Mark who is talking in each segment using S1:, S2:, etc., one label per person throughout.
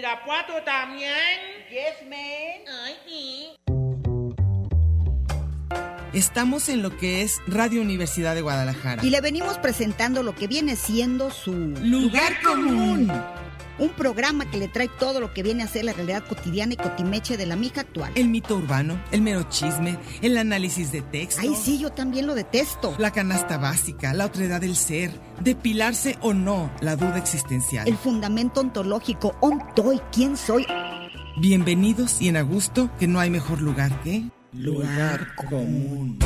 S1: zapato también?
S2: Yes, man.
S1: Ay, sí.
S3: Estamos en lo que es Radio Universidad de Guadalajara.
S2: Y le venimos presentando lo que viene siendo su
S3: Lugar común.
S2: Un programa que le trae todo lo que viene a ser la realidad cotidiana y cotimeche de la mija actual.
S3: El mito urbano, el mero chisme, el análisis de texto.
S2: Ay, sí, yo también lo detesto.
S3: La canasta básica, la otredad del ser, depilarse o no, la duda existencial.
S2: El fundamento ontológico, ontoy, quién soy.
S3: Bienvenidos y en a gusto, que no hay mejor lugar que...
S2: Lugar
S3: común.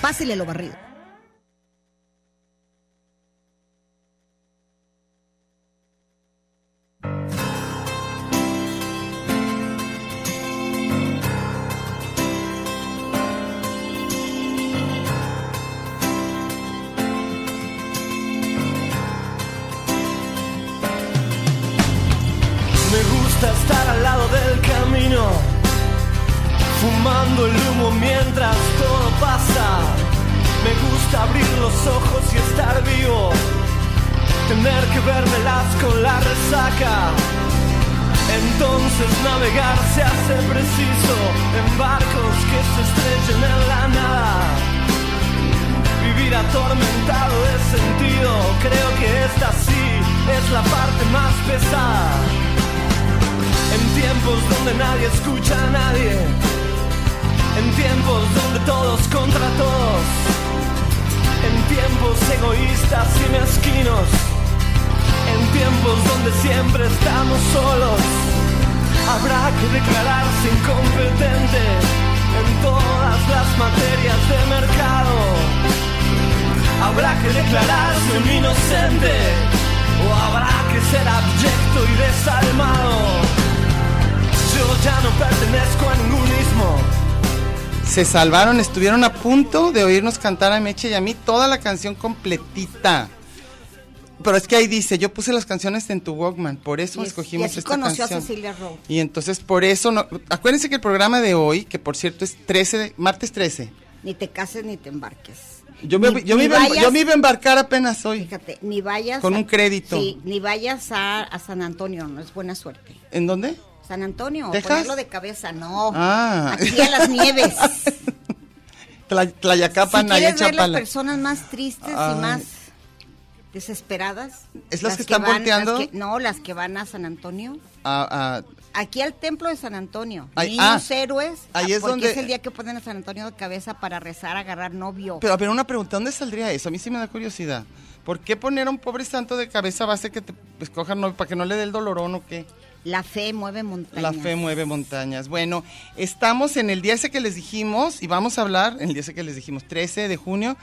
S2: Pásele lo barrido.
S4: Me gusta estar al lado del camino, fumando el humo mientras todo pasa. Me gusta abrir los ojos y estar vivo, tener que vermelas con la resaca. Entonces navegar se hace preciso en barcos que se estrechen en la nada. Vivir atormentado de sentido, creo que esta sí es la parte más pesada. En tiempos donde nadie escucha a nadie. En tiempos donde todos contra todos. En tiempos egoístas y mezquinos. En tiempos donde siempre estamos solos. Habrá que declararse incompetente en todas las materias de mercado. Habrá que declararse un inocente. O habrá que ser abyecto y desalmado. Yo ya no pertenezco a ningún ismo.
S5: Se salvaron, estuvieron a punto de oírnos cantar a Meche y a mí toda la canción completita. Pero es que ahí dice, yo puse las canciones en tu Walkman, por eso
S2: Y es-
S5: escogimos
S2: y así
S5: esta
S2: conoció a
S5: canción.
S2: Cecilia Rowe.
S5: Y entonces por eso, no, acuérdense que el programa de hoy, que por cierto es 13, de- martes 13,
S2: Ni te cases ni te embarques.
S5: yo me,
S2: Ni-
S5: yo me
S2: ni
S5: iba, a-
S2: vayas-
S5: yo me iba a embarcar apenas hoy.
S2: Fíjate, ni vayas.
S5: Con
S2: a-
S5: un crédito.
S2: Sí, ni vayas a, a San Antonio, no es buena suerte.
S5: ¿En dónde?
S2: San Antonio,
S5: ¿Texas?
S2: ponerlo de cabeza, no.
S5: Ah.
S2: Aquí a las nieves.
S5: Tla-
S2: si
S5: Tlayacapan, ahí en
S2: quieres ver las
S5: Chapala.
S2: personas más tristes
S5: Ay.
S2: y más desesperadas.
S5: ¿Es las que están
S2: van-
S5: volteando?
S2: las que- no, las que van a San Antonio.
S5: Ah, ah,
S2: Aquí al templo de San Antonio.
S5: Ay,
S2: Niños
S5: ah,
S2: héroes.
S5: ahí es
S2: porque
S5: donde-
S2: es el día que ponen a San Antonio de cabeza para rezar, agarrar novio.
S5: Pero a ver, una pregunta, ¿dónde saldría eso? A mí sí me da curiosidad. ¿Por qué poner a un pobre santo de cabeza va a hacer que te escojan novio para que no le dé el dolorón o qué?
S2: La fe mueve montañas.
S5: La fe mueve montañas. Bueno, estamos en el día ese que les dijimos y vamos a hablar, en el día ese que les dijimos, 13 de junio,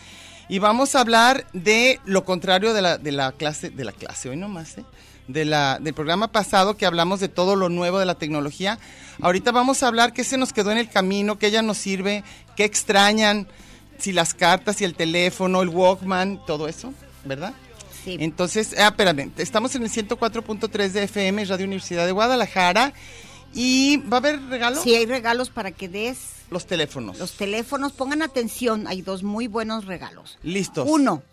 S5: y vamos a hablar de lo contrario de la, de la clase, de la clase hoy nomás, ¿eh? De la, del programa pasado que hablamos de todo lo nuevo de la tecnología. Ahorita vamos a hablar qué se nos quedó en el camino, qué ya nos sirve, qué extrañan, si las cartas, y el teléfono, el Walkman, todo eso, ¿verdad?
S2: Sí.
S5: Entonces, ah, espérame, estamos en el 104.3 de FM, Radio Universidad de Guadalajara. ¿Y va a haber regalo?
S2: Sí, hay regalos para que des
S5: Los teléfonos.
S2: los teléfonos. Pongan atención, hay dos muy buenos regalos.
S5: Listos.
S2: Uno,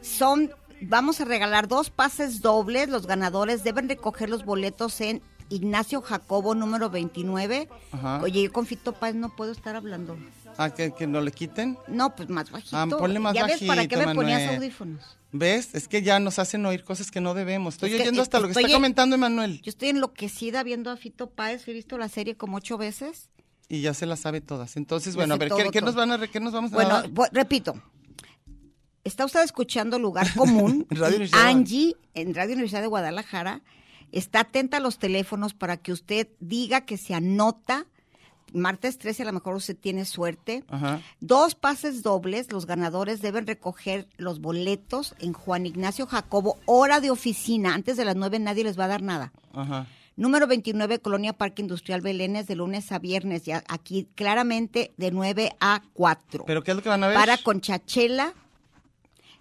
S2: son, vamos a regalar dos pases dobles. Los ganadores deben recoger los boletos en Ignacio Jacobo, número 29.
S5: Ajá.
S2: Oye, yo con Fito Páez no puedo estar hablando.
S5: Ah, que, que no le quiten.
S2: No, pues más bajito.
S5: Ah, ponle más
S2: ¿Ya ves para
S5: bajito,
S2: qué me ponías
S5: Manuel.
S2: audífonos?
S5: ¿Ves? Es que ya nos hacen oír cosas que no debemos. Estoy
S2: Es que-
S5: oyendo hasta lo que
S2: estoy
S5: está
S2: en-
S5: comentando Emanuel.
S2: Yo estoy enloquecida viendo a Fito Páez. He visto la serie como ocho veces.
S5: Y ya se las sabe todas. Entonces,
S2: Me
S5: bueno, a
S2: sé
S5: ver,
S2: todo,
S5: ¿qué, qué
S2: todo.
S5: nos van a re- qué nos vamos a
S2: Bueno,
S5: dar?
S2: vo- repito. Está usted escuchando Lugar Común.
S5: Radio
S2: y
S5: Universidad de
S2: Angie, en Radio Universidad de Guadalajara, está atenta a los teléfonos para que usted diga que se anota. Martes 13, a lo mejor usted tiene suerte.
S5: Ajá.
S2: Dos pases dobles. Los ganadores deben recoger los boletos en Juan Ignacio Jacobo, hora de oficina. Antes de las 9 nadie les va a dar nada.
S5: Ajá.
S2: Número 29, Colonia Parque Industrial Belénes, de lunes a viernes, ya aquí claramente de 9 a 4.
S5: ¿Pero qué es lo que van a ver?
S2: Para Conchachela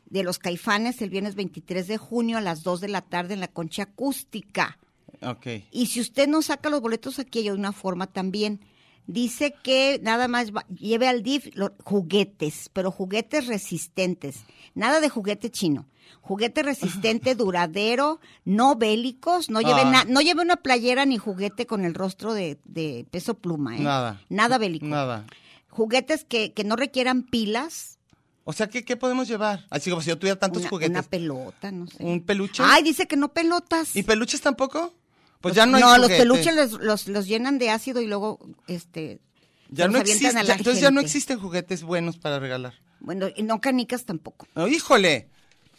S2: de los Caifanes el viernes 23 de junio a las 2 de la tarde en la Concha Acústica.
S5: Ok.
S2: Y si usted no saca los boletos aquí, hay una forma también. Dice que nada más va- lleve al DIF los juguetes, pero juguetes resistentes. Nada de juguete chino. Juguete resistente, duradero, no bélicos. No lleve,
S5: Ah.
S2: na- no lleve una playera ni juguete con el rostro de, de peso pluma. ¿eh?
S5: Nada.
S2: Nada bélico.
S5: Nada.
S2: Juguetes que, que no requieran pilas.
S5: O sea, ¿qué, qué podemos llevar? Así como si yo tuviera tantos
S2: una,
S5: juguetes.
S2: una pelota, no sé.
S5: ¿Un peluche?
S2: Ay, dice que no pelotas.
S5: ¿Y peluches tampoco? Pues
S2: Los-
S5: ya no hay
S2: los
S5: juguete.
S2: peluches los, los- los llenan de ácido y luego este
S5: Ya
S2: se los
S5: no
S2: avientan
S5: existe-
S2: a la
S5: ya- entonces ya no
S2: gente.
S5: existen juguetes buenos para regalar.
S2: Bueno, y no canicas tampoco.
S5: Oh, ¡Híjole!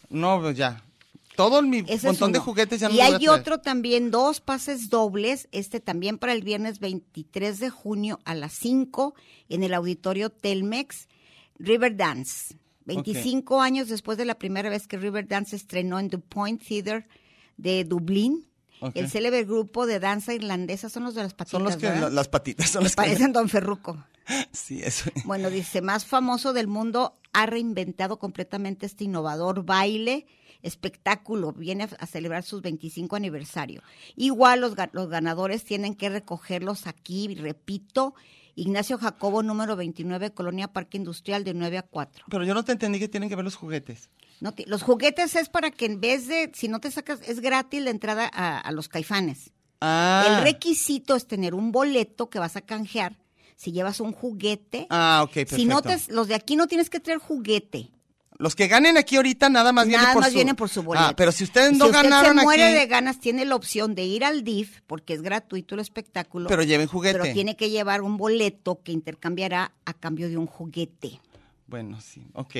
S5: No, pues ya. Todo mi
S2: Ese es
S5: montón de
S2: uno.
S5: juguetes ya no
S2: Y
S5: lo voy a
S2: hay
S5: traer.
S2: otro también, dos pases dobles, este también para el viernes 23 de junio a las 5 en el auditorio Telmex, Riverdance. 25 años después de la primera vez que Riverdance se estrenó en The Point Theater de Dublín.
S5: Ok.
S2: El célebre grupo de danza irlandesa son los de las patitas,
S5: Son los que
S2: ¿verdad?
S5: la- las patitas, son las que
S2: Parecen Don Ferruco.
S5: Sí, eso.
S2: Bueno, dice, más famoso del mundo ha reinventado completamente este innovador baile, espectáculo, viene a, a celebrar sus 25 aniversario. Igual los, ga- los ganadores tienen que recogerlos aquí, repito, Ignacio Jacobo, número 29, Colonia Parque Industrial, de 9 a 4.
S5: Pero yo no te entendí que tienen que ver los juguetes.
S2: No te- los juguetes es para que en vez de, si no te sacas, es gratis la entrada a, a los caifanes.
S5: Ah.
S2: El requisito es tener un boleto que vas a canjear si llevas un juguete.
S5: Ah, ok, perfecto.
S2: Si no te, los de aquí no tienes que traer juguete.
S5: Los que ganen aquí ahorita nada más vienen
S2: nada
S5: por
S2: más
S5: su...
S2: vienen por su boleto.
S5: Ah, pero si ustedes
S2: Y
S5: no
S2: si usted
S5: ganaron
S2: se muere
S5: aquí...
S2: de ganas, tiene la opción de ir al DIF, porque es gratuito el espectáculo.
S5: Pero lleven juguete.
S2: Pero tiene que llevar un boleto que intercambiará a cambio de un juguete.
S5: Bueno, sí, ok.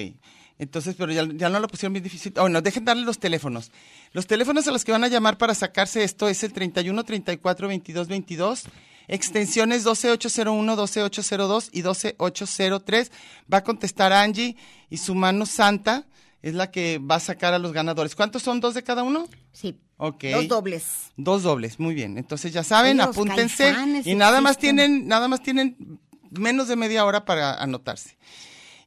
S5: Entonces, pero ya, ya no lo pusieron bien difícil. Ah, Bueno, dejen darle los teléfonos. Los teléfonos a los que van a llamar para sacarse esto es el 31 34 22 22, extensiones 12801, 12802 y 12803. Va a contestar Angie y su mano santa es la que va a sacar a los ganadores. ¿Cuántos son dos de cada uno?
S2: Sí.
S5: Ok.
S2: Los dobles.
S5: Dos dobles, muy bien. Entonces ya saben,
S2: Los
S5: apúntense
S2: caifanes
S5: y nada más
S2: existen.
S5: tienen, nada más tienen menos de media hora para anotarse.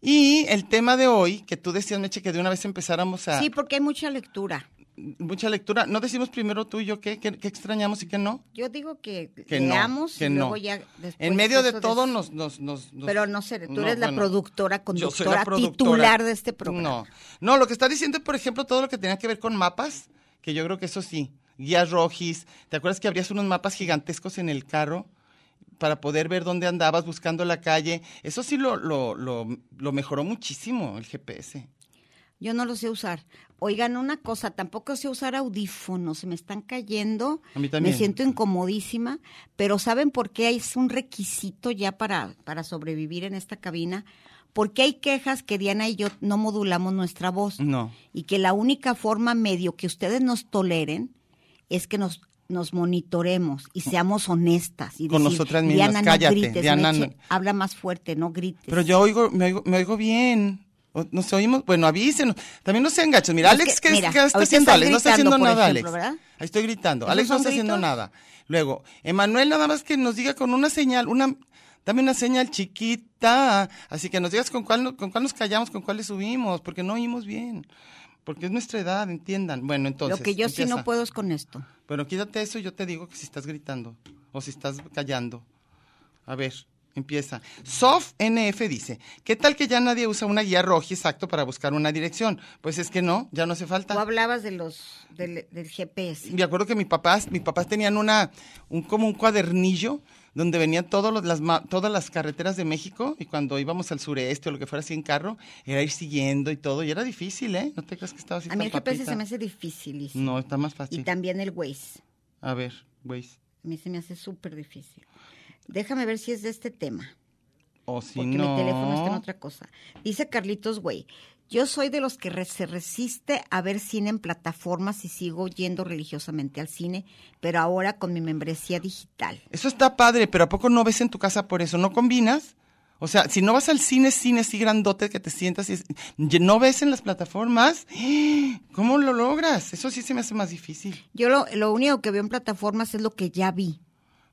S5: Y el tema de hoy, que tú decías, Meche, que de una vez empezáramos a
S2: Sí, porque hay mucha lectura.
S5: mucha lectura. ¿No decimos primero tú y yo qué, qué, qué extrañamos y qué no?
S2: Yo digo que,
S5: Que
S2: leamos
S5: no, que
S2: y
S5: no.
S2: luego ya después
S5: en medio de
S2: eso
S5: todo
S2: des-
S5: nos, nos, nos, nos-
S2: Pero no sé, tú eres la productora,
S5: yo soy
S2: conductora, titular de este programa.
S5: No, no, lo que está diciendo, por ejemplo, todo lo que tenía que ver con mapas, que yo creo que eso sí, guías rojis, ¿te acuerdas que abrías unos mapas gigantescos en el carro? para poder ver dónde andabas buscando la calle. Eso sí lo, lo, lo, lo mejoró muchísimo el GPS.
S2: Yo no lo sé usar. Oigan, una cosa, tampoco sé usar audífonos, se me están cayendo.
S5: A mí también.
S2: Me siento incomodísima, pero ¿saben por qué es un requisito ya para, para sobrevivir en esta cabina? Porque hay quejas que Diana y yo no modulamos nuestra voz.
S5: No.
S2: Y que la única forma medio que ustedes nos toleren es que nos nos monitoremos y seamos honestas. Y
S5: Con
S2: decir,
S5: nosotras mismas,
S2: Diana, no
S5: cállate,
S2: grites,
S5: Diana,
S2: Meche,
S5: no".
S2: habla más fuerte, no grites.
S5: Pero yo oigo, me oigo, me oigo bien. O- Nos oímos, bueno, avísenos. También no sean gachos. Mira,
S2: Es
S5: Alex,
S2: que,
S5: ¿qué,
S2: mira,
S5: qué
S2: ahorita
S5: está haciendo
S2: estás
S5: Alex? No está
S2: gritando,
S5: haciendo
S2: por
S5: nada,
S2: ejemplo,
S5: Alex.
S2: ¿verdad?
S5: Ahí estoy gritando.
S2: ¿Esos
S5: Alex no
S2: son
S5: está haciendo
S2: gritos?
S5: nada. Luego, Emanuel, nada más que nos diga con una señal, una, dame una señal chiquita. Así que nos digas con cuál, no- con cuál nos callamos, con cuál le subimos, porque no oímos bien. Porque es nuestra edad, entiendan. Bueno, entonces.
S2: Lo que yo sí no
S5: empieza.
S2: puedo es con esto.
S5: Bueno, quítate eso y yo te digo que si estás gritando o si estás callando. A ver, empieza. Sof NF dice, ¿qué tal que ya nadie usa una guía roja exacto para buscar una dirección? Pues es que no, ya no hace
S2: Tú
S5: falta.
S2: hablabas de los del, del GPS.
S5: Me acuerdo que mis papás, mis papás tenían una, un, como un cuadernillo donde venían todos los- las, ma- todas las carreteras de México y cuando íbamos al sureste o lo que fuera así en carro, era ir siguiendo y todo, y era difícil, ¿eh? No te creas que estaba así
S2: A mí
S5: tan
S2: el GPS
S5: papita.
S2: se me hace difícil.
S5: No, está más
S2: Y
S5: fácil.
S2: también el Waze.
S5: A ver, güey.
S2: A mí se me hace súper difícil. Déjame ver si es de este tema.
S5: O si
S2: Porque
S5: no...
S2: mi teléfono está en otra cosa. Dice Carlitos Güey. Yo soy de los que re- se resiste a ver cine en plataformas y sigo yendo religiosamente al cine, pero ahora con mi membresía digital.
S5: Eso está padre, pero ¿a poco no ves en tu casa por eso? ¿No combinas? O sea, si no vas al cine, cine así grandote que te sientas y es- y no ves en las plataformas, ¿cómo lo logras? Eso sí se me hace más difícil.
S2: Yo lo, lo único que veo en plataformas es lo que ya vi.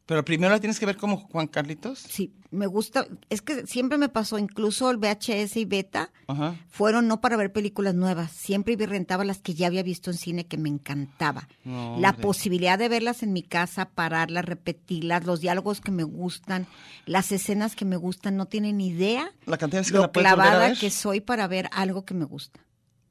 S5: Pero primero la tienes que ver como Juan Carlitos.
S2: Sí, me gusta. Es que siempre me pasó, incluso el VHS y Beta
S5: Ajá.
S2: fueron no para ver películas nuevas. Siempre vi- rentaba las que ya había visto en cine que me encantaba.
S5: No,
S2: la
S5: hombre.
S2: posibilidad de verlas en mi casa, pararlas, repetirlas, los diálogos que me gustan, las escenas que me gustan, no tienen idea
S5: La cantidad de veces que
S2: lo
S5: la puedes volver a
S2: clavada
S5: ver.
S2: que soy para ver algo que me gusta.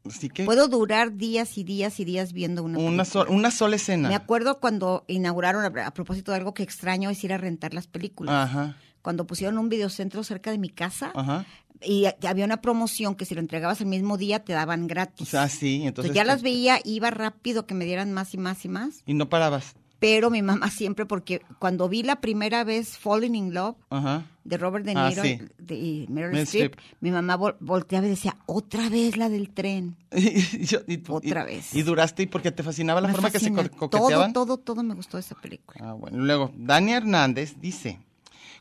S5: Así que
S2: Puedo durar días y días y días viendo una
S5: una,
S2: película.
S5: sol- una sola escena.
S2: Me acuerdo cuando inauguraron, a- a propósito de algo que extraño, es ir a rentar las películas.
S5: Ajá,
S2: Cuando pusieron un videocentro cerca de mi casa
S5: Ah. ajá.
S2: y a- había una promoción que si lo entregabas el mismo día te daban gratis.
S5: O sea, sí, entonces...
S2: Entonces, Pues ya
S5: te-
S2: las veía, iba rápido que me dieran más y más y más.
S5: Y no parabas.
S2: Pero mi mamá siempre, porque cuando vi la primera vez Falling in Love
S5: Ajá.
S2: de Robert De
S5: Ah,
S2: Niro
S5: sí.
S2: de- y Meryl
S5: Meryl
S2: Streep,
S5: Streep.
S2: mi mamá vol- volteaba y decía, otra vez la del tren.
S5: Y, y yo- y-
S2: Otra
S5: y-
S2: vez.
S5: Y duraste y porque te fascinaba la
S2: Me
S5: forma que
S2: fascina.
S5: se co- coqueteaban.
S2: Todo, todo, todo me gustó de esa película.
S5: Ah, bueno. Luego, Dani Hernández dice,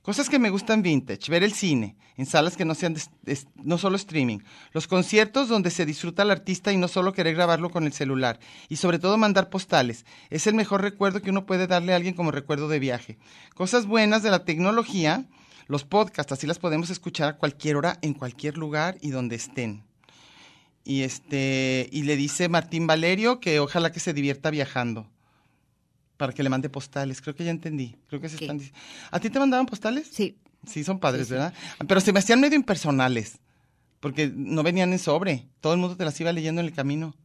S5: cosas que me gustan vintage, ver el cine, en salas que no sean, de- de- no solo streaming, los conciertos donde se disfruta al artista y no solo querer grabarlo con el celular, y sobre todo mandar postales. Es el mejor recuerdo que uno puede darle a alguien como recuerdo de viaje. Cosas buenas de la tecnología, los podcasts, así las podemos escuchar a cualquier hora, en cualquier lugar y donde estén. Y este, y le dice Martín Valerio que ojalá que se divierta viajando. Para que le mande postales. Creo que ya entendí. Creo que se
S2: Ok.
S5: están dic- ¿A ti te mandaban postales?
S2: Sí,
S5: Sí, son padres, ¿verdad? Pero se me hacían medio impersonales. Porque no venían en sobre. Todo el mundo te las iba leyendo en el camino.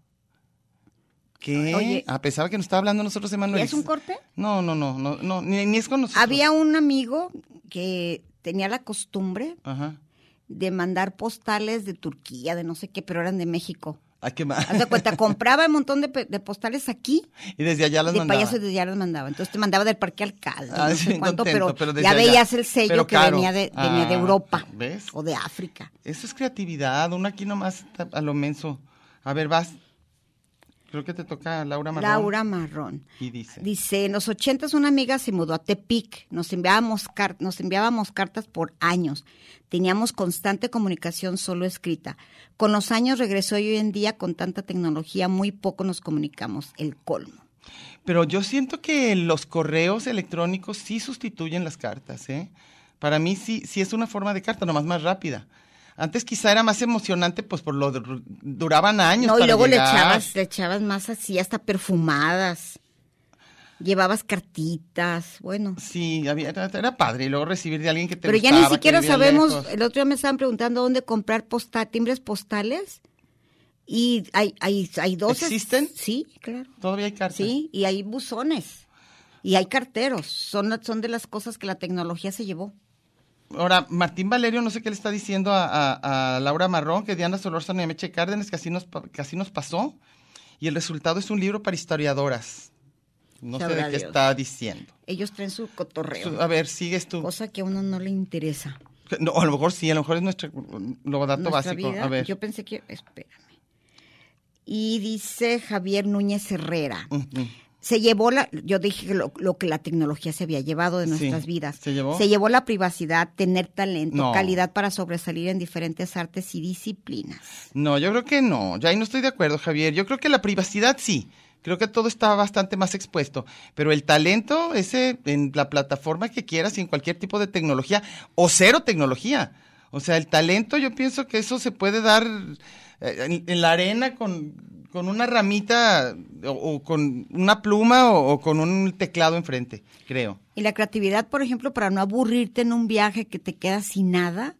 S5: ¿Qué?
S2: Oye.
S5: a pesar que nos estaba hablando nosotros, Emanuel.
S2: ¿Es un corte?
S5: No, no, no, no, no, ni, ni es con nosotros.
S2: Había un amigo que tenía la costumbre
S5: Ajá.
S2: de mandar postales de Turquía, de no sé qué, pero eran de México.
S5: ¿A qué más?
S2: Haz de cuenta, compraba un montón de, pe- de postales aquí,
S5: Y desde allá las
S2: de
S5: mandaba.
S2: payasos de ya las mandaba. Entonces te mandaba del Parque Alcalde,
S5: Ah,
S2: no
S5: sí,
S2: sé cuánto,
S5: contento,
S2: pero,
S5: pero desde
S2: ya
S5: allá.
S2: veías el sello
S5: Pero
S2: que
S5: caro.
S2: venía, de, venía de
S5: Ah,
S2: Europa
S5: ¿ves?
S2: o de África.
S5: Eso es creatividad, uno aquí nomás está a lo menso. A ver, vas. Creo que te toca a Laura Marrón.
S2: Laura Marrón.
S5: Y dice.
S2: Dice, en los ochentas una amiga se mudó a Tepic, nos enviábamos, car- nos enviábamos cartas por años, teníamos constante comunicación solo escrita. Con los años regresó y hoy en día con tanta tecnología muy poco nos comunicamos, el colmo.
S5: Pero yo siento que los correos electrónicos sí sustituyen las cartas, ¿eh? Para mí sí, sí es una forma de carta, nomás más rápida. Antes quizá era más emocionante, pues por lo dur- duraban años.
S2: No, y
S5: para
S2: luego le
S5: llegar.
S2: echabas, le echabas más así, hasta perfumadas, llevabas cartitas, bueno.
S5: Sí, había- era, era padre. Y luego recibir de alguien que te
S2: Pero ya
S5: gustaba,
S2: ni
S5: que
S2: siquiera
S5: vivía
S2: sabemos,
S5: lejos.
S2: el otro día me estaban preguntando dónde comprar posta- timbres postales y hay, hay, hay dos.
S5: ¿Existen?
S2: Sí, claro.
S5: Todavía hay cartas.
S2: Sí, y hay buzones. Y hay carteros. Son, son de las cosas que la tecnología se llevó.
S5: Ahora, Martín Valerio, no sé qué le está diciendo a, a- a Laura Marrón, que Diana Solórzano y Meche Cárdenas, que así, nos, pa- que así nos pasó, y el resultado es un libro para historiadoras. No sé
S2: Sabrá
S5: de qué
S2: Dios.
S5: está diciendo.
S2: Ellos traen su
S5: Su- ah,
S2: cotorreo.
S5: A ver, sigues tú.
S2: Cosa que a uno no le interesa.
S5: No, a lo mejor sí, a lo mejor es nuestro mm, lo dato
S2: Nuestra
S5: básico.
S2: vida,
S5: a ver.
S2: Yo pensé que... Espérame. Y dice Javier Núñez Herrera.
S5: Mm, mm.
S2: Se llevó la, yo dije que lo, lo que la tecnología se había llevado de
S5: Sí,
S2: nuestras vidas.
S5: ¿se llevó?
S2: la privacidad, tener talento,
S5: No.
S2: calidad para sobresalir en diferentes artes y disciplinas.
S5: No, yo creo que no. Ya ahí no estoy de acuerdo, Javier. Yo creo que la privacidad sí. Creo que todo está bastante más expuesto. Pero el talento, ese en la plataforma que quieras y en cualquier tipo de tecnología, o cero tecnología. O sea, el talento, yo pienso que eso se puede dar eh, en, en la arena con, con una ramita o, o con una pluma o, o con un teclado enfrente, creo.
S2: Y la creatividad, por ejemplo, para no aburrirte en un viaje que te quedas sin nada.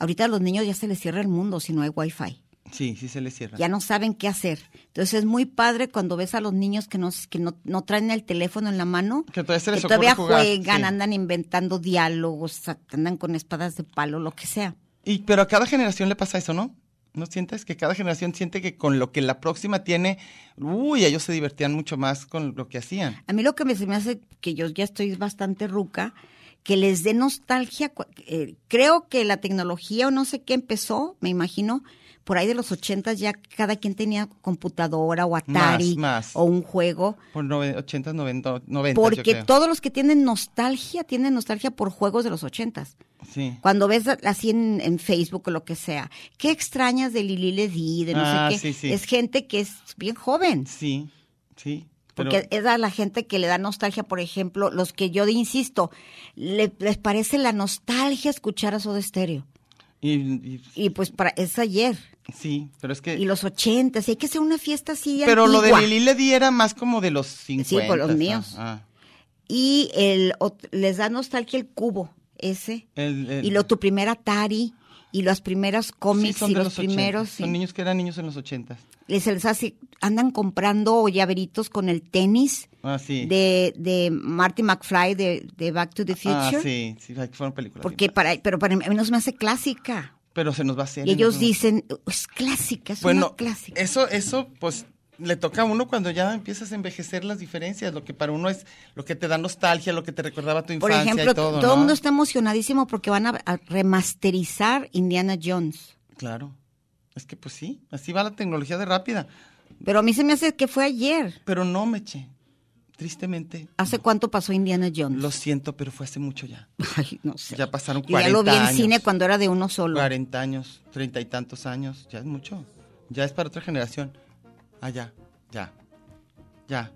S2: Ahorita a los niños ya se les cierra el mundo si no hay wifi.
S5: Sí, sí se le cierra.
S2: Ya no saben qué hacer. Entonces es muy padre cuando ves a los niños que no, que no, no traen el teléfono en la mano.
S5: Que todavía se les
S2: que todavía
S5: ocurre jugar,
S2: juegan,
S5: sí.
S2: andan inventando diálogos, andan con espadas de palo, lo que sea.
S5: Y, pero a cada generación le pasa eso, ¿no? ¿No sientes que cada generación siente que con lo que la próxima tiene, uy, ellos se divertían mucho más con lo que hacían?
S2: A mí lo que me, se me hace, que yo ya estoy bastante ruca, que les dé nostalgia. cu- eh, creo que la tecnología o no sé qué empezó, me imagino, por ahí de los ochentas ya cada quien tenía computadora o Atari
S5: Más, más.
S2: o un juego.
S5: Por nove- 80, 90, 90 yo
S2: Porque
S5: creo.
S2: todos los que tienen nostalgia, tienen nostalgia por juegos de los ochentas.
S5: Sí.
S2: Cuando ves a- así en, en Facebook o lo que sea, ¿qué extrañas de Lili Ledi, de no
S5: Ah,
S2: sé qué?
S5: sí, sí.
S2: Es gente que es bien joven.
S5: Sí, sí.
S2: Porque es a la gente que le da nostalgia, por ejemplo, los que yo insisto, le- les parece la nostalgia escuchar a Soda Stereo.
S5: Y, y-
S2: Y pues para es ayer,
S5: sí, pero es que...
S2: y los ochentas, y hay que hacer una fiesta así
S5: pero lo de
S2: antigua.
S5: Lili Ledi era más como de los
S2: por
S5: 50.
S2: pues, los
S5: ah,
S2: míos.
S5: ah.
S2: Y el, ot- les da nostalgia el cubo ese,
S5: El- el-
S2: y lo tu primer Atari, y las primeras cómics,
S5: Sí, son
S2: y
S5: de
S2: los,
S5: 80.
S2: primeros...
S5: Son
S2: y-
S5: niños que eran niños en los 80.
S2: les- se les hace, andan comprando llaveritos con el tenis
S5: Ah, sí.
S2: de, de Marty McFly de, de Back to the Future.
S5: Ah, sí, sí, ay, fueron películas.
S2: Porque
S5: bien
S2: para, pero para mí no se me hace clásica.
S5: padres. Pero se nos va a hacer.
S2: Y
S5: en
S2: ellos
S5: algún-
S2: dicen, es clásica, es
S5: Bueno,
S2: una clásica.
S5: eso, eso, pues, le toca a uno cuando ya empiezas a envejecer las diferencias. Lo que para uno es lo que te da nostalgia, lo que te recordaba tu
S2: Por
S5: infancia
S2: ejemplo,
S5: y todo,
S2: todo el
S5: ¿no?
S2: mundo está emocionadísimo porque van a, a remasterizar Indiana Jones.
S5: Claro. Es que, pues, sí. Así va la tecnología de rápida.
S2: Pero a mí se me hace que fue ayer.
S5: Pero no, Meche. Tristemente.
S2: ¿Hace cuánto pasó Indiana Jones?
S5: Lo siento, pero fue hace mucho ya.
S2: Ay, no sé.
S5: Ya pasaron
S2: Yo ya lo
S5: 40
S2: vi en
S5: años.
S2: cine cuando era de uno solo.
S5: 40 años, 30 y tantos años, ya es mucho. Ya es para otra generación. Ah, ya, ya, ya.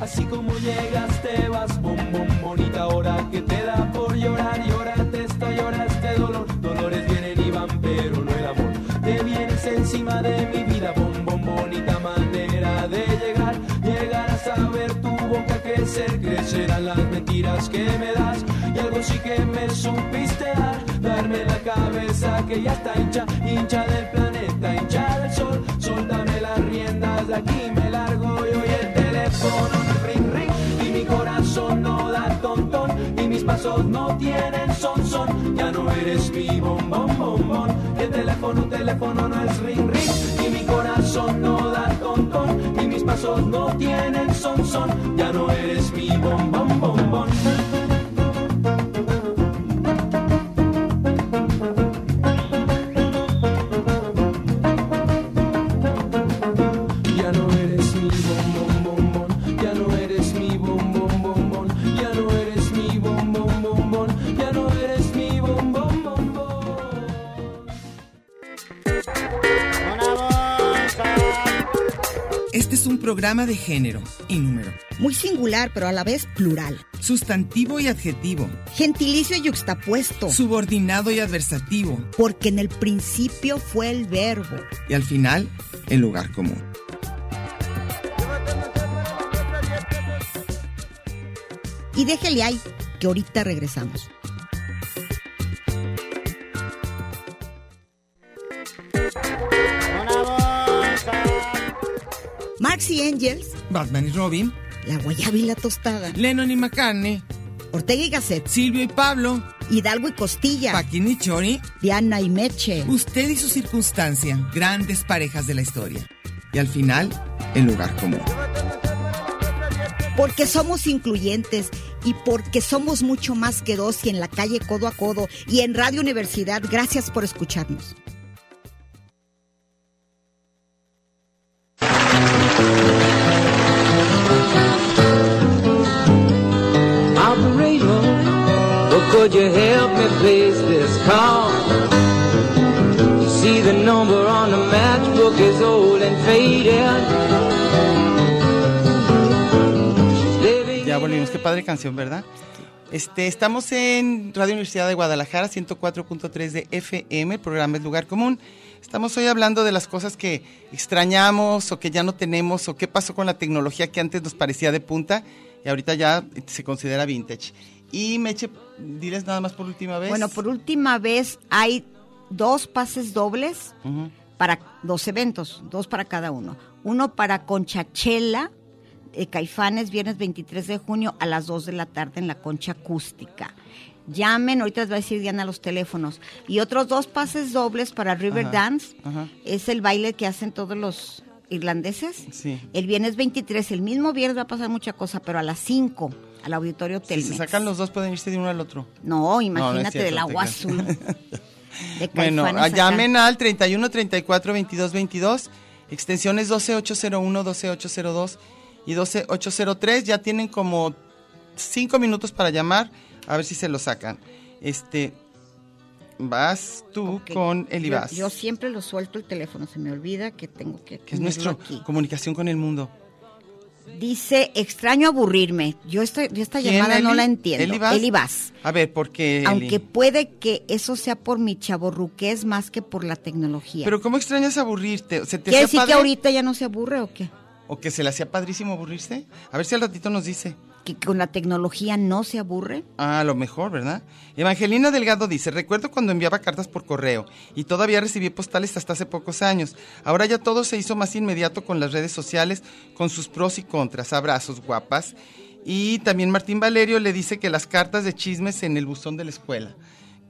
S4: Así como llegas te vas, bom, bom, bonita hora que te da por llorar, lloraste esto, lloraste dolor, dolores vienen y van, pero no el amor. Te vienes encima de mi vida, bom, bom, bonita manera de llegar, llegarás a ver tu boca crecer, crecerán las mentiras que me das, y algo sí que me supiste dar, darme la cabeza que ya está hincha, hincha del planeta, hincha del sol, soltame las riendas de aquí, me largo yo y el este teléfono no ring ring y mi corazón no da tontón y mis pasos no tienen son son ya no eres mi bombón bombón y el teléfono teléfono no es ring ring y mi corazón no da tontón y mis pasos no tienen son son ya no eres mi bombón bombón Ya no eres mi bombón bombón, ya no eres mi bombón bombón, ya no eres mi bombón bombón, ya no eres mi bombón bombón.
S3: Este es un programa de género y número,
S2: Muy singular, pero a la vez plural.
S3: sustantivo y adjetivo,
S2: Gentilicio y yuxtapuesto.
S3: subordinado y adversativo,
S2: Porque en el principio fue el verbo.
S3: y al final, el lugar común.
S2: Y déjele ahí, que ahorita regresamos. Marx y Angels,
S3: Batman y Robin,
S2: La Guayaba y la Tostada,
S3: Lennon y McCartney,
S2: Ortega y Gasset,
S3: Silvio y Pablo,
S2: Hidalgo y Costilla,
S3: Paquín y Chori,
S2: Diana y Meche.
S3: usted y su circunstancia, grandes parejas de la historia. Y al final, el lugar común.
S2: Porque somos incluyentes y porque somos mucho más que dos y en la calle codo a codo y en Radio Universidad. Gracias por escucharnos.
S6: Operator, oh, could you help me place this call? You see the number on the matchbook is old and faded. She's living
S5: Ya
S6: in
S5: volvimos, qué padre canción, ¿verdad? Este, estamos en Radio Universidad de Guadalajara, 104.3 de FM, el programa es Lugar Común. Estamos hoy hablando de las cosas que extrañamos o que ya no tenemos o qué pasó con la tecnología que antes nos parecía de punta y ahorita ya se considera vintage. Y Meche, diles nada más por última vez.
S2: Bueno, por última vez hay dos pases dobles
S5: Ujú.
S2: para dos eventos, dos para cada uno. Uno para Conchachela de Caifanes, viernes 23 de junio a las 2 de la tarde en la Concha Acústica. Llamen, ahorita les va a decir Diana los teléfonos. Y otros dos pases dobles para River
S5: Ajá,
S2: Dance,
S5: ajá.
S2: es el baile que hacen todos los irlandeses.
S5: Sí.
S2: El viernes 23, el mismo viernes va a pasar mucha cosa, pero a las 5 al auditorio
S5: Si
S2: Telmex.
S5: se sacan los dos, pueden irse de uno al otro.
S2: No, imagínate
S5: cierto,
S2: del
S5: no te
S2: agua
S5: creas.
S2: azul. De
S5: Bueno, ah,
S2: Caifanes acá.
S5: llamen al 31 34 22 22, extensiones 12801, 12802 y 12803. Ya tienen como cinco minutos para llamar, a ver si se lo sacan. Este, Vas tú
S2: Ok.
S5: con el
S2: Yo-
S5: Ibas.
S2: Yo, siempre lo suelto el teléfono, se me olvida que tengo que
S5: que es
S2: tenerlo
S5: nuestra
S2: aquí.
S5: comunicación con el mundo.
S2: Dice, extraño aburrirme. Yo esta, yo esta
S5: ¿Quién,
S2: llamada no
S5: Eli?
S2: la entiendo.
S5: ¿Eli Vaz?
S2: Eli Vaz.
S5: A ver, porque.
S2: Aunque puede que eso sea por mi chaborruquez más que por la tecnología.
S5: Pero ¿cómo extrañas aburrirte? ¿Se te
S2: ¿Quiere
S5: hacía
S2: decir que
S5: padre?
S2: ahorita ya no se aburre o qué?
S5: ¿O que se le hacía padrísimo aburrirse? A ver si al ratito nos dice.
S2: ¿Que con la tecnología no se aburre?
S5: Ah, a lo mejor, ¿verdad? Evangelina Delgado dice, recuerdo cuando enviaba cartas por correo y todavía recibí postales hasta hace pocos años. Ahora ya todo se hizo más inmediato con las redes sociales, con sus pros y contras. Abrazos, guapas. Y también Martín Valerio le dice que las cartas de chismes en el buzón de la escuela,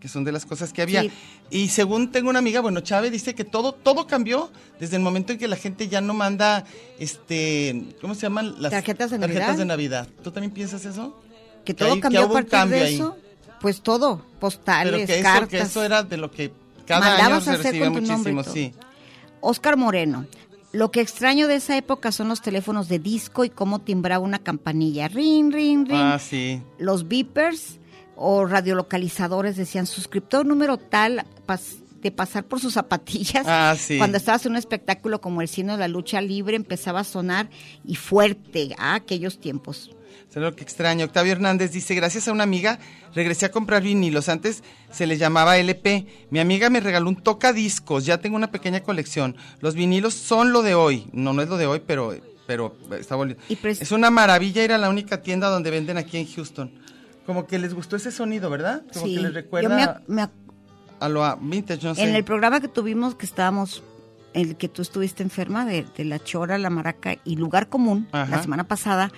S5: que son de las cosas que había.
S2: Sí.
S5: Y según tengo una amiga, bueno, Chávez dice que todo, todo cambió desde el momento en que la gente ya no manda, este, ¿cómo se llaman? Las
S2: Tarjetas de Navidad.
S5: Tarjetas de Navidad. ¿Tú también piensas eso?
S2: ¿Que
S5: Que
S2: todo
S5: ahí- que
S2: cambió
S5: hubo
S2: a
S5: un
S2: partir
S5: cambio
S2: de
S5: ahí.
S2: eso? Pues todo,
S5: Pero
S2: postales,
S5: que eso,
S2: cartas.
S5: que eso era de lo que cada
S2: Mandabas a
S5: año se
S2: hacer
S5: recibía
S2: con tu nombre y
S5: muchísimo,
S2: todo.
S5: sí.
S2: Óscar Moreno. Lo que extraño de esa época son los teléfonos de disco y cómo timbraba una campanilla. Ring, ring, ring.
S5: Ah, sí.
S2: Los beepers o radiolocalizadores decían suscriptor número tal pas- de pasar por sus zapatillas.
S5: Ah, sí.
S2: Cuando estabas en un espectáculo como el cine de la lucha libre empezaba a sonar y fuerte a aquellos tiempos.
S5: Es lo que extraño. Octavio Hernández dice, gracias a una amiga regresé a comprar vinilos. Antes se les llamaba LP. Mi amiga me regaló un tocadiscos. Ya tengo una pequeña colección. Los vinilos son lo de hoy. No, no es lo de hoy, pero, pero está bonito.
S2: Y pues pres-
S5: Es una maravilla ir a la única tienda donde venden aquí en Houston. Como que les gustó ese sonido, ¿verdad? Como
S2: Sí.
S5: que les recuerda
S2: Yo me ac- me ac-
S5: a lo a vintage, no sé.
S2: En el programa que tuvimos que estábamos, en el que tú estuviste enferma de, de la chora, la maraca y lugar común
S5: Ajá.
S2: la semana pasada,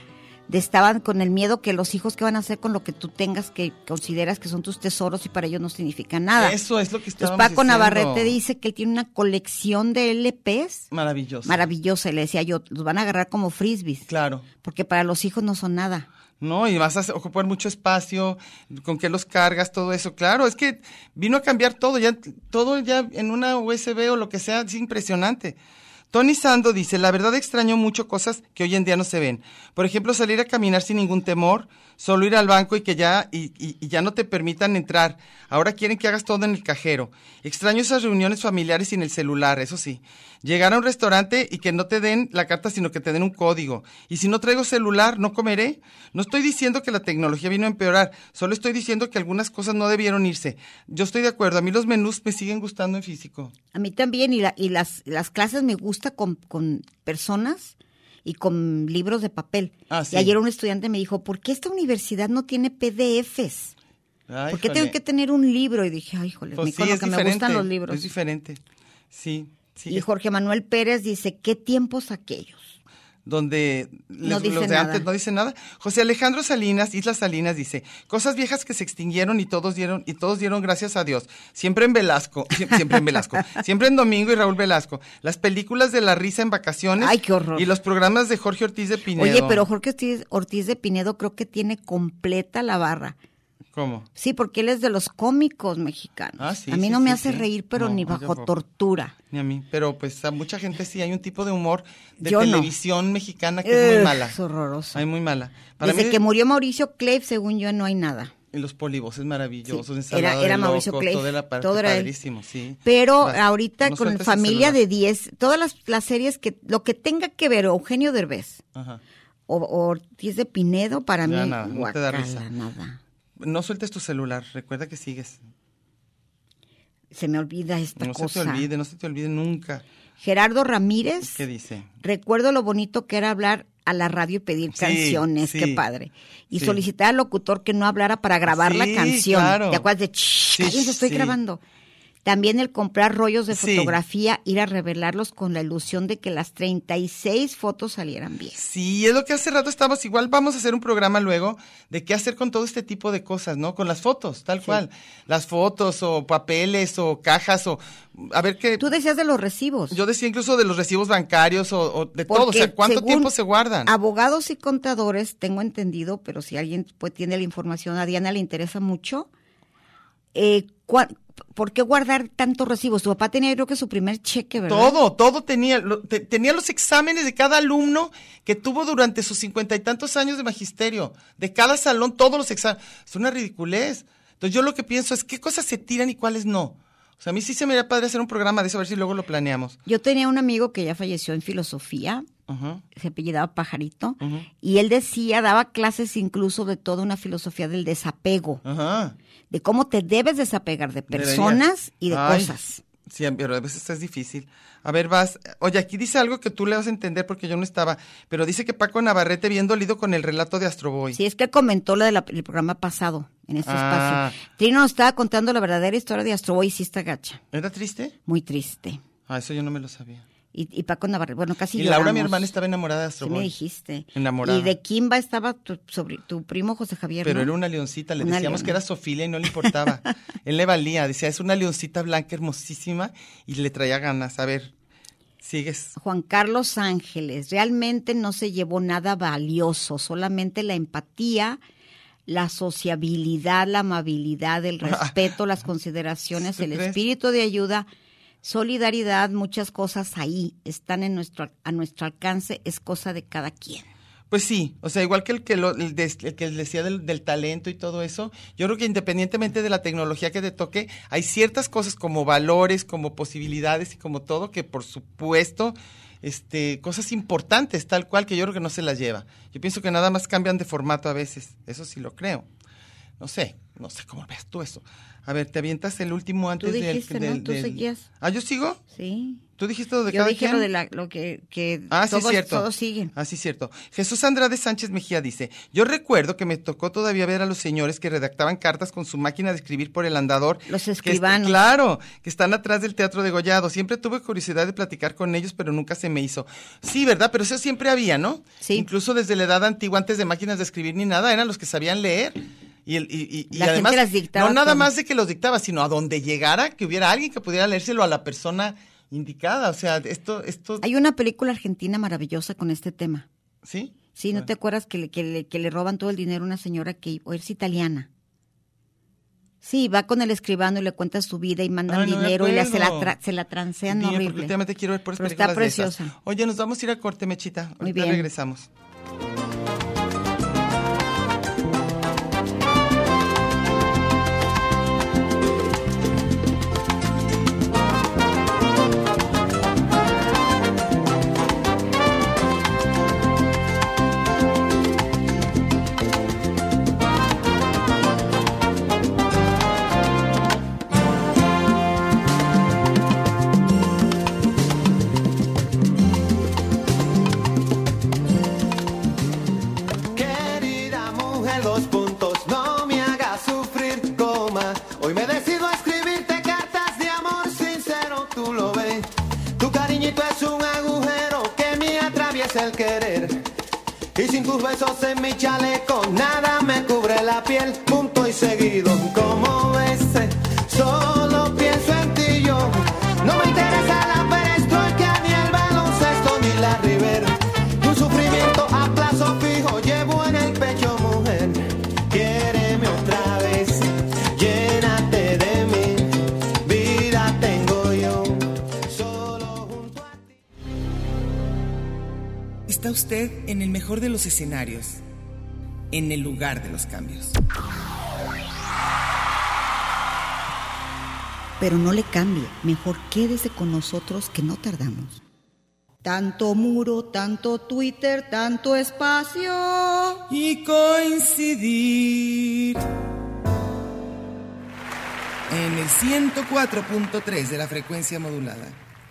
S2: de- estaban con el miedo que los hijos que van a hacer con lo que tú tengas que consideras que son tus tesoros y para ellos no significa nada.
S5: Eso es lo que
S2: Entonces
S5: estábamos
S2: Pues Paco
S5: diciendo.
S2: Navarrete dice que él tiene una colección de LPs
S5: Maravilloso.
S2: maravillosa y le decía yo, los van a agarrar como frisbees,
S5: Claro.
S2: porque para los hijos no son nada.
S5: No, y vas a ocupar mucho espacio, con qué los cargas, todo eso. Claro, es que vino a cambiar todo, ya todo ya en una USB o lo que sea, es impresionante. Tony Sando dice, la verdad extraño mucho cosas que hoy en día no se ven. Por ejemplo, salir a caminar sin ningún temor, solo ir al banco y que ya, y, y- y ya no te permitan entrar. Ahora quieren que hagas todo en el cajero. Extraño esas reuniones familiares sin el celular, eso sí. Llegar a un restaurante y que no te den la carta, sino que te den un código. Y si no traigo celular, no comeré. No estoy diciendo que la tecnología vino a empeorar, solo estoy diciendo que algunas cosas no debieron irse. Yo estoy de acuerdo, a mí los menús me siguen gustando en físico.
S2: A mí también, y, la- y las, las clases me gusta con, con personas y con libros de papel.
S5: Ah, sí.
S2: Y ayer un estudiante me dijo, ¿por qué esta universidad no tiene PDFs?
S5: Ay,
S2: ¿Por qué
S5: híjole.
S2: tengo que tener un libro? Y dije, ay, híjole,
S5: Pues
S2: ni
S5: sí,
S2: con lo
S5: es
S2: que me
S5: diferente,
S2: gustan los libros.
S5: Es diferente. Sí, sí.
S2: y Jorge Manuel Pérez dice, ¿qué tiempos aquellos?
S5: donde les-
S2: dice
S5: los de
S2: nada.
S5: antes no dicen nada. José Alejandro Salinas, Islas Salinas dice, cosas viejas que se extinguieron y todos dieron y todos dieron gracias a Dios. Siempre en Velasco, sie- siempre en Velasco, siempre en Domingo y Raúl Velasco. Las películas de la risa en vacaciones
S2: Ay, qué horror.
S5: y los programas de Jorge Ortiz de Pinedo.
S2: Oye, pero Jorge Ortiz, Ortiz de Pinedo creo que tiene completa la barra.
S5: ¿Cómo?
S2: Sí, porque él es de los cómicos mexicanos.
S5: Ah, sí,
S2: a mí
S5: sí,
S2: no me
S5: sí,
S2: hace
S5: sí.
S2: reír, pero
S5: No,
S2: ni
S5: yo
S2: bajo
S5: tampoco.
S2: tortura.
S5: Ni a mí, pero pues a mucha gente sí hay un tipo de humor de
S2: Yo no.
S5: televisión mexicana Ah, que es muy
S2: Ugh,
S5: mala.
S2: es horroroso.
S5: Ay, muy mala.
S2: Desde
S5: mí-
S2: que murió Mauricio Cleif, según yo, no hay nada.
S5: Y los polivoces
S2: Sí,
S5: maravillosos, ensalada
S2: era,
S5: de
S2: era Mauricio
S5: locos,
S2: Clay.
S5: todo era, pa-
S2: era él.
S5: padrísimo, sí.
S2: Pero
S5: Vas-
S2: ahorita
S5: no
S2: con
S5: sueltas el
S2: familia
S5: celular.
S2: de 10, todas las, las series que lo que tenga que ver Eugenio Derbez
S5: Ajá.
S2: o, o Ortiz de Pinedo para
S5: Ya
S2: mí
S5: nada, no te
S2: guacala,
S5: da risa.
S2: nada.
S5: No sueltes tu celular, recuerda que sigues.
S2: Se me olvida esta
S5: No
S2: cosa.
S5: se te olvide, no se te olvide nunca.
S2: Gerardo Ramírez,
S5: ¿Qué dice?
S2: recuerdo lo bonito que era hablar a la radio y pedir
S5: Sí,
S2: canciones,
S5: sí.
S2: qué padre. Y
S5: Sí.
S2: solicitar al locutor que no hablara para grabar la
S5: Sí,
S2: canción.
S5: claro.
S2: ¿Te acuerdas de "Shh,
S5: Sí,
S2: cállense, estoy
S5: sí.
S2: grabando? También el comprar rollos de
S5: Sí.
S2: fotografía, ir a revelarlos con la ilusión de que las 36 fotos salieran bien.
S5: Sí, es lo que hace rato estábamos, igual vamos a hacer un programa luego de qué hacer con todo este tipo de cosas, ¿no? Con las fotos, tal cual. Las fotos o papeles o cajas o a ver qué
S2: Tú decías de los recibos.
S5: yo decía incluso de los recibos bancarios o, o de todo, o
S2: Porque
S5: sea, ¿cuánto
S2: según
S5: tiempo se guardan?
S2: Abogados y contadores, tengo entendido, pero si alguien pues, tiene la información, a Diana le interesa mucho. eh, cua- ¿Por qué guardar tantos recibos? Tu papá tenía, creo que su primer cheque, ¿verdad?
S5: Todo, todo tenía. lo- te- tenía los exámenes de cada alumno que tuvo durante sus cincuenta y tantos años de magisterio. De cada salón, todos los exámenes. Es una ridiculez. Entonces yo lo que pienso es qué cosas se tiran y cuáles no. O sea, a mí sí se me haría padre hacer un programa de eso, a ver si luego lo planeamos.
S2: Yo tenía un amigo que ya falleció en filosofía,
S5: Ujú.
S2: se apellidaba Pajarito,
S5: Ujú.
S2: y él decía, daba clases incluso de toda una filosofía del desapego,
S5: Ajá.
S2: de cómo te debes desapegar de
S5: Debería.
S2: personas y de
S5: Ay,
S2: cosas.
S5: Sí, pero a veces es difícil. A ver, vas. Oye, aquí dice algo que tú le vas a entender porque yo no estaba, pero dice que Paco Navarrete bien dolido con el relato de Astroboy.
S2: Sí, es que comentó lo del programa pasado en este
S5: Ah.
S2: espacio. Trino nos estaba contando la verdadera historia de Astroboy y sí está gacha.
S5: ¿Era triste?
S2: Muy triste.
S5: Ah, eso yo no me lo sabía.
S2: Y, y Paco Navarro, bueno, casi
S5: y Laura, mi
S2: lloramos.
S5: hermana, estaba enamorada de
S2: Sí
S5: Astroboy.
S2: me dijiste.
S5: Enamorada.
S2: Y de Kimba estaba tu, sobre, tu primo José Javier.
S5: Pero
S2: ¿no?
S5: era una leoncita, le
S2: Una
S5: decíamos
S2: leona.
S5: que era Sofía y no le importaba. Él le valía, decía, es una leoncita blanca hermosísima y le traía ganas. A ver, sigues.
S2: Juan Carlos Ángeles realmente no se llevó nada valioso, solamente la empatía, la sociabilidad, la amabilidad, el respeto, las consideraciones,
S5: ¿Tú
S2: el
S5: crees?
S2: espíritu de ayuda, solidaridad, muchas cosas ahí están en nuestro a nuestro alcance, es cosa de cada quien.
S5: Pues sí, o sea, igual que el que, lo, el des- el que decía del, del talento y todo eso, yo creo que independientemente de la tecnología que te toque, hay ciertas cosas como valores, como posibilidades y como todo que por supuesto, este, cosas importantes tal cual que yo creo que no se las lleva. Yo pienso que nada más cambian de formato a veces, eso sí lo creo. No sé, no sé cómo ves tú eso. A ver, te avientas el último antes del-
S2: dijiste,
S5: del,
S2: ¿no? Tú
S5: del-
S2: seguías.
S5: Ah, yo sigo.
S2: Sí.
S5: Tú dijiste lo de
S2: Yo
S5: cada
S2: dije
S5: quien?
S2: lo de la- lo que, que
S5: Ah, sí,
S2: todos,
S5: cierto.
S2: todos siguen.
S5: Ah, sí, cierto. Jesús Andrade Sánchez Mejía dice, yo recuerdo que me tocó todavía ver a los señores que redactaban cartas con su máquina de escribir por el andador.
S2: Los
S5: que est-
S2: escribanos.
S5: claro, que están atrás del Teatro de Gollado. Siempre tuve curiosidad de platicar con ellos, pero nunca se me hizo. Sí, ¿verdad? Pero eso siempre había, ¿no?
S2: Sí.
S5: Incluso desde la edad antigua, antes de máquinas de escribir ni nada, eran los que sabían leer. Y, el- y- y- y
S2: La gente
S5: además,
S2: las dictaba
S5: no nada
S2: todo.
S5: más de que los dictaba, sino a donde llegara, que hubiera alguien que pudiera leérselo a la persona indicada. O sea, esto, esto,
S2: Hay una película argentina maravillosa con este tema.
S5: ¿sí?
S2: Sí, ¿no te acuerdas que le, que, le, que le roban todo el dinero a una señora que o es italiana? Sí, va con el escribano y le cuenta su vida y mandan
S5: Ay, no me
S2: dinero y la- se, la
S5: acuerdo.
S2: tra- se la transean
S5: Dime, porque
S2: horrible.
S5: últimamente quiero ver puras
S2: Pero está
S5: películas de esas.
S2: preciosa.
S5: Oye, nos vamos a ir a corte, Mechita. Ahorita
S2: Muy bien.
S5: regresamos.
S4: Querida mujer, dos puntos, no me hagas sufrir, coma. Hoy me decido a escribirte cartas de amor sincero, tú lo ves. Tu cariñito es un agujero que me atraviesa el querer. Y sin tus besos en mi chaleco, nada me cubre la piel, punto y seguido. Como ves, eh, solo pienso en ti yo. No me interesa la perestroika, ni el baloncesto, ni la River. Tu sufrimiento a plazo fijo llevo en el pecho, mujer. Quiéreme otra vez, llénate de mí. Vida tengo yo, solo junto a ti.
S3: Está usted en el mejor de los escenarios, en el lugar de los cambios.
S2: Pero no le cambie, mejor quédese con nosotros que no tardamos. Tanto muro, tanto Twitter, tanto espacio.
S3: Y coincidir. En el 104.3 de la frecuencia modulada.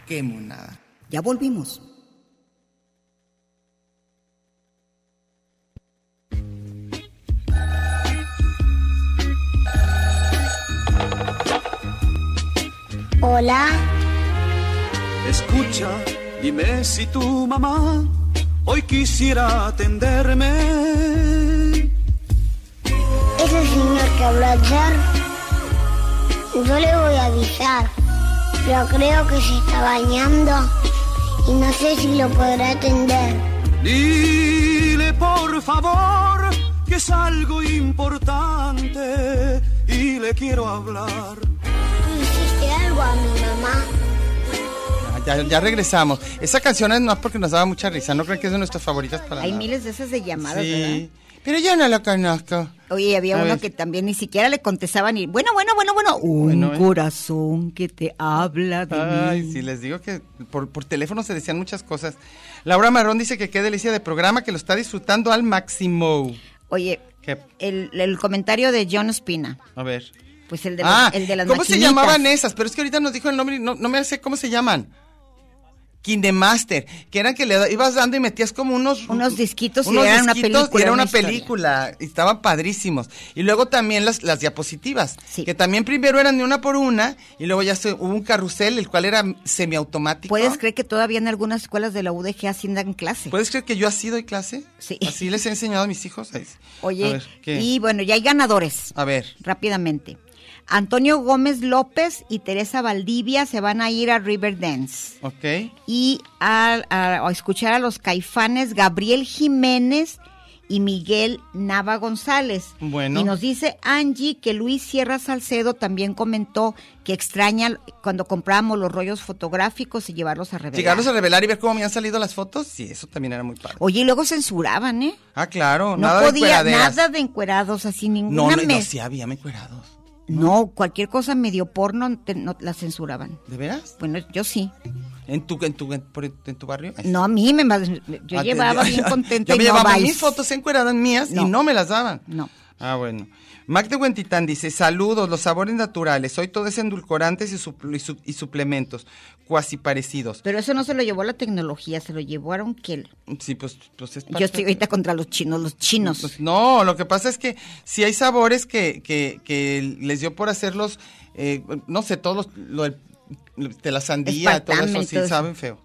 S3: Qué monada.
S2: Ya volvimos.
S7: Hola,
S8: Escucha, dime si tu mamá hoy quisiera atenderme.
S7: es el señor que habló ayer. Yo le voy a avisar, pero creo que se está bañando y no sé si lo podrá atender.
S8: Dile por favor que es algo importante y le quiero hablar.
S7: ¿Tú hiciste algo a mi mamá?
S5: Ah, ya, ya regresamos. Esa canción es más porque nos daba mucha risa, no creo que es de nuestras favoritas para
S2: Hay
S5: nada.
S2: miles de esas de llamadas, ¿verdad?
S5: Sí, pero yo no la conozco.
S2: Oye, había
S5: A
S2: uno
S5: ver.
S2: que también ni siquiera le contestaban y bueno, bueno, bueno, bueno, un
S5: Bueno, ¿eh?
S2: corazón que te habla de
S5: Ay,
S2: mí.
S5: sí, les digo que por, por teléfono se decían muchas cosas. Laura Marrón dice que qué delicia de programa, que lo está disfrutando al máximo.
S2: Oye,
S5: ¿Qué?
S2: el, el comentario de John Espina,
S5: A ver.
S2: pues el de,
S5: ah,
S2: el de las
S5: ¿cómo se
S2: maquinitas.
S5: llamaban esas? Pero es que ahorita nos dijo el nombre, y no, no me sé cómo se llaman. Kindemaster, que eran que le da- ibas dando y metías como unos
S2: Unos disquitos y
S5: unos
S2: era una
S5: disquitos
S2: película,
S5: y era
S2: una
S5: una,
S2: historia.
S5: película y estaban padrísimos. Y luego también las, las diapositivas,
S2: Sí.
S5: que también primero eran de una por una y luego ya se, hubo un carrusel el cual era semiautomático.
S2: ¿Puedes creer que todavía en algunas escuelas de la UDG así dan clase?
S5: ¿Puedes creer que yo así doy clase?
S2: Sí.
S5: Así les he enseñado a mis hijos. Ay, sí.
S2: Oye,
S5: a ver, ¿qué?
S2: y bueno, ya hay ganadores.
S5: A ver.
S2: Rápidamente. Antonio Gómez López y Teresa Valdivia se van a ir a Riverdance.
S5: Ok.
S2: Y a, a- a escuchar a los caifanes Gabriel Jiménez y Miguel Nava González.
S5: Bueno.
S2: Y nos dice Angie que Luis Sierra Salcedo también comentó que extraña cuando comprábamos los rollos fotográficos y llevarlos a revelar.
S5: Llegarlos a revelar y ver cómo me han salido las fotos. Sí, eso también era muy padre.
S2: Oye, y luego censuraban, ¿eh?
S5: Ah, claro,
S2: No
S5: nada de
S2: podía
S5: cueraderas.
S2: nada de encuerados, así
S5: No,
S2: ninguna
S5: no, no,
S2: mes-
S5: sí había me encuerados.
S2: No, cualquier cosa medio porno te- no, la censuraban.
S5: ¿De veras?
S2: Bueno, yo sí.
S5: ¿En tu, en tu, en, por- en tu barrio? Ay,
S2: No, a mí me... ma- Yo
S5: ah, te-
S2: llevaba bien contenta
S5: Yo me
S2: y no
S5: llevaba
S2: vais.
S5: mis fotos encueradas mías
S2: No.
S5: y no me las daban.
S2: No.
S5: Ah, bueno. Mac de Huentitán dice, saludos, los sabores naturales, hoy todo es endulcorantes y, supl- y su- y suplementos, cuasi parecidos.
S2: Pero eso no se lo llevó la tecnología, se lo llevaron que...
S5: Sí, pues, pues es parte
S2: Yo estoy
S5: de-
S2: ahorita contra los chinos, los
S5: Pues
S2: chinos.
S5: no, lo que pasa es que si hay sabores que, que, que les dio por hacerlos, eh, no sé, todos los, lo del- de la sandía, todo
S2: Espantame
S5: eso,
S2: y
S5: sí,
S2: todo eso.
S5: saben feo.